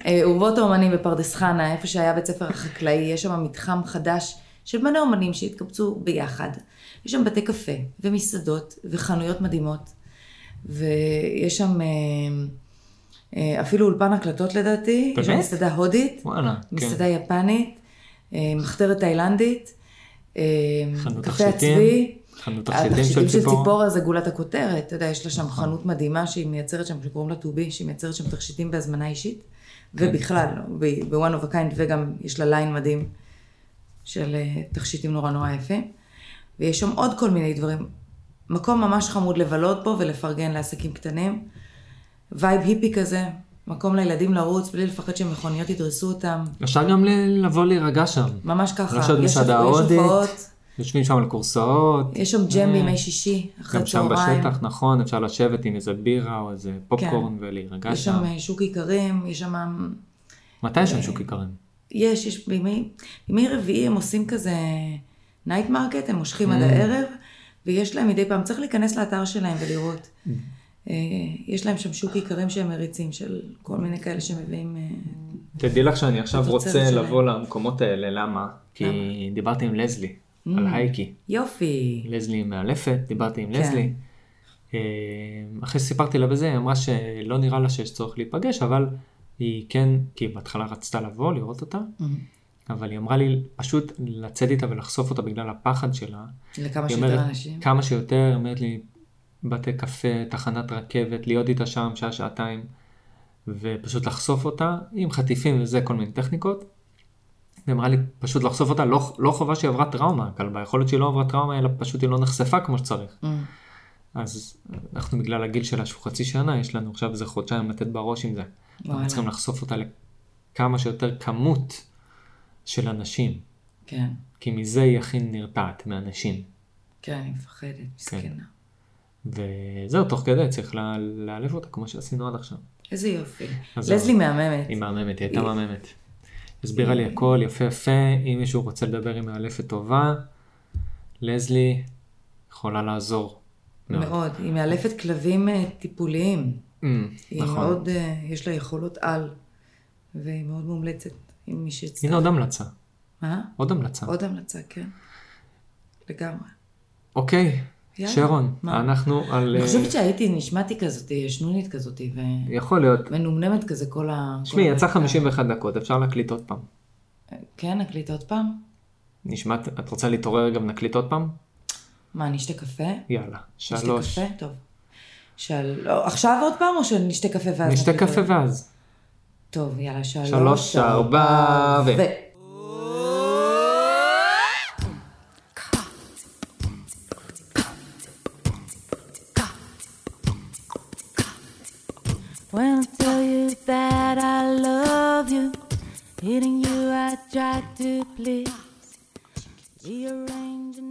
Speaker 2: אה, אורוות האומנים בפרדס חנה, איפה שהיה בית ספר החקלאי, יש שם מתחם חדש של בני אומנים שהתקבצו ביחד. יש שם בתי קפה ומסעדות וחנויות מדהימות. ויש שם אה, אה, אפילו אולפן הקלטות לדעתי. יש שם
Speaker 3: באמת?
Speaker 2: מסעדה הודית.
Speaker 3: וואלה, כן.
Speaker 2: מסעדה יפנית, אה, מחתרת תאילנדית, אה,
Speaker 3: חנות
Speaker 2: קפה
Speaker 3: תכשיטים,
Speaker 2: הצבי.
Speaker 3: חנות תכשיטים של נכון.
Speaker 2: של
Speaker 3: ציפורה.
Speaker 2: ציפורה זה גולת הכותרת, אתה יודע, יש לה שם חנות מדהימה שהיא מייצרת שם, שקוראים לה טובי, שהיא מייצרת שם תכשיטים בהזמנה אישית,
Speaker 3: כן.
Speaker 2: ובכלל, ב- ב-one of a kind, וגם יש לה ליין מדהים של אה, תכשיטים נורא נורא יפים. ויש שם עוד כל מיני דברים. מקום ממש חמוד לבלות בו ולפרגן לעסקים קטנים. וייב היפי כזה, מקום לילדים לרוץ בלי לפחד שמכוניות ידרסו אותם.
Speaker 3: אפשר גם ל- לבוא להירגע שם.
Speaker 2: ממש ככה.
Speaker 3: יש עוד
Speaker 2: יש
Speaker 3: מסעדה
Speaker 2: הופ- יש
Speaker 3: הודית,
Speaker 2: הופעות,
Speaker 3: יושבים שם על כורסאות,
Speaker 2: יש שם ג'ם בימי שישי, אחרי
Speaker 3: גם שם
Speaker 2: צהריים.
Speaker 3: בשטח, נכון, אפשר לשבת עם איזה בירה או איזה פופקורן ולהירגע
Speaker 2: כן. יש
Speaker 3: שם.
Speaker 2: שם אה, שוק איכרים, יש שם
Speaker 3: מתי יש שם שוק איכרים?
Speaker 2: יש, יש, בימי, בימי רביעי הם עושים כזה נייט מרקט, הם מושכים
Speaker 3: אה.
Speaker 2: עד הערב, ויש להם מדי פעם, צריך להיכנס לאתר שלהם ולראות. אה, יש להם שם שוק איכרים שהם מריצים, של כל מיני כאלה שמביאים... אה,
Speaker 3: תדעי לך שאני עכשיו
Speaker 2: התוצרת
Speaker 3: רוצה
Speaker 2: שלהם.
Speaker 3: לבוא למקומות האלה, למה? כי דיברתי עם לזלי, על הייקי.
Speaker 2: יופי.
Speaker 3: לזלי מאלפת, דיברתי עם לזלי. אה, אחרי שסיפרתי לה בזה, היא אמרה שלא נראה לה שיש צורך להיפגש, אבל היא כן, כי היא בהתחלה רצתה לבוא, לראות אותה, אבל היא אמרה לי פשוט לצאת איתה ולחשוף אותה בגלל הפחד שלה.
Speaker 2: לכמה
Speaker 3: היא
Speaker 2: שיותר
Speaker 3: אומרת,
Speaker 2: אנשים.
Speaker 3: כמה שיותר, היא אומרת לי, בתי קפה, תחנת רכבת, להיות איתה שם שעה-שעתיים, ופשוט לחשוף אותה, עם חטיפים וזה, כל מיני טכניקות. היא אמרה לי, פשוט לחשוף אותה, לא, לא חובה שהיא עברה טראומה, כלבה, יכול להיות שהיא לא עברה טראומה, אלא פשוט היא לא נחשפה כמו שצריך.
Speaker 2: אמ,
Speaker 3: אז אנחנו בגלל הגיל שלה שהוא חצי שנה, יש לנו עכשיו איזה חודשיים לתת בראש עם זה.
Speaker 2: וואלה.
Speaker 3: אנחנו צריכים לחשוף אותה לכמה שיותר כמות של אנשים,
Speaker 2: כן,
Speaker 3: כי מזה היא הכי נרתעת, מאנשים.
Speaker 2: כן, אני מפחדת, מסכנה.
Speaker 3: כן. וזהו, תוך כדי צריך לה- לאלף אותה כמו שעשינו עד עכשיו.
Speaker 2: איזה יופי.
Speaker 3: אז
Speaker 2: לזלי
Speaker 3: היא
Speaker 2: מהממת.
Speaker 3: מהממת, היא הייתה מהממת. הסבירה לי הכל יפה יפה, אם מישהו רוצה לדבר עם מאלפת טובה, לזלי יכולה לעזור. מאוד.
Speaker 2: מאוד. היא מאלפת כלבים אה, טיפוליים.
Speaker 3: אמ,
Speaker 2: היא
Speaker 3: נכון.
Speaker 2: מאוד, אה, יש לה יכולות על, והיא מאוד מומלצת עם מי שיצטרך.
Speaker 3: הנה עוד המלצה,
Speaker 2: מה?
Speaker 3: עוד המלצה.
Speaker 2: עוד המלצה, כן. לגמרי.
Speaker 3: אוקיי,
Speaker 2: יאללה,
Speaker 3: שרון,
Speaker 2: מה?
Speaker 3: אנחנו על...
Speaker 2: אני
Speaker 3: אה,
Speaker 2: חושבת שהייתי, נשמעתי כזאתי, שנונית כזאתי,
Speaker 3: יכול להיות.
Speaker 2: ומנומנמת כזה כל ה...
Speaker 3: תשמעי,
Speaker 2: כל
Speaker 3: יצא
Speaker 2: הדקה.
Speaker 3: 51 דקות, אפשר להקליט עוד פעם.
Speaker 2: כן, נקליט עוד פעם?
Speaker 3: נשמעת, את רוצה להתעורר גם נקליט עוד פעם?
Speaker 2: מה, נשתה קפה?
Speaker 3: יאללה,
Speaker 2: נשתה
Speaker 3: שלוש.
Speaker 2: קפה? טוב. של... לא, עכשיו עוד פעם או שנשתה קפה ואז
Speaker 3: נשתה
Speaker 2: נקליט
Speaker 3: קפה
Speaker 2: עוד?
Speaker 3: ואז.
Speaker 2: טוב, יאללה, שלוש,
Speaker 3: שלוש, ארבע, ו-
Speaker 1: When I tell you that I love you, hitting you I try to please. Rearranging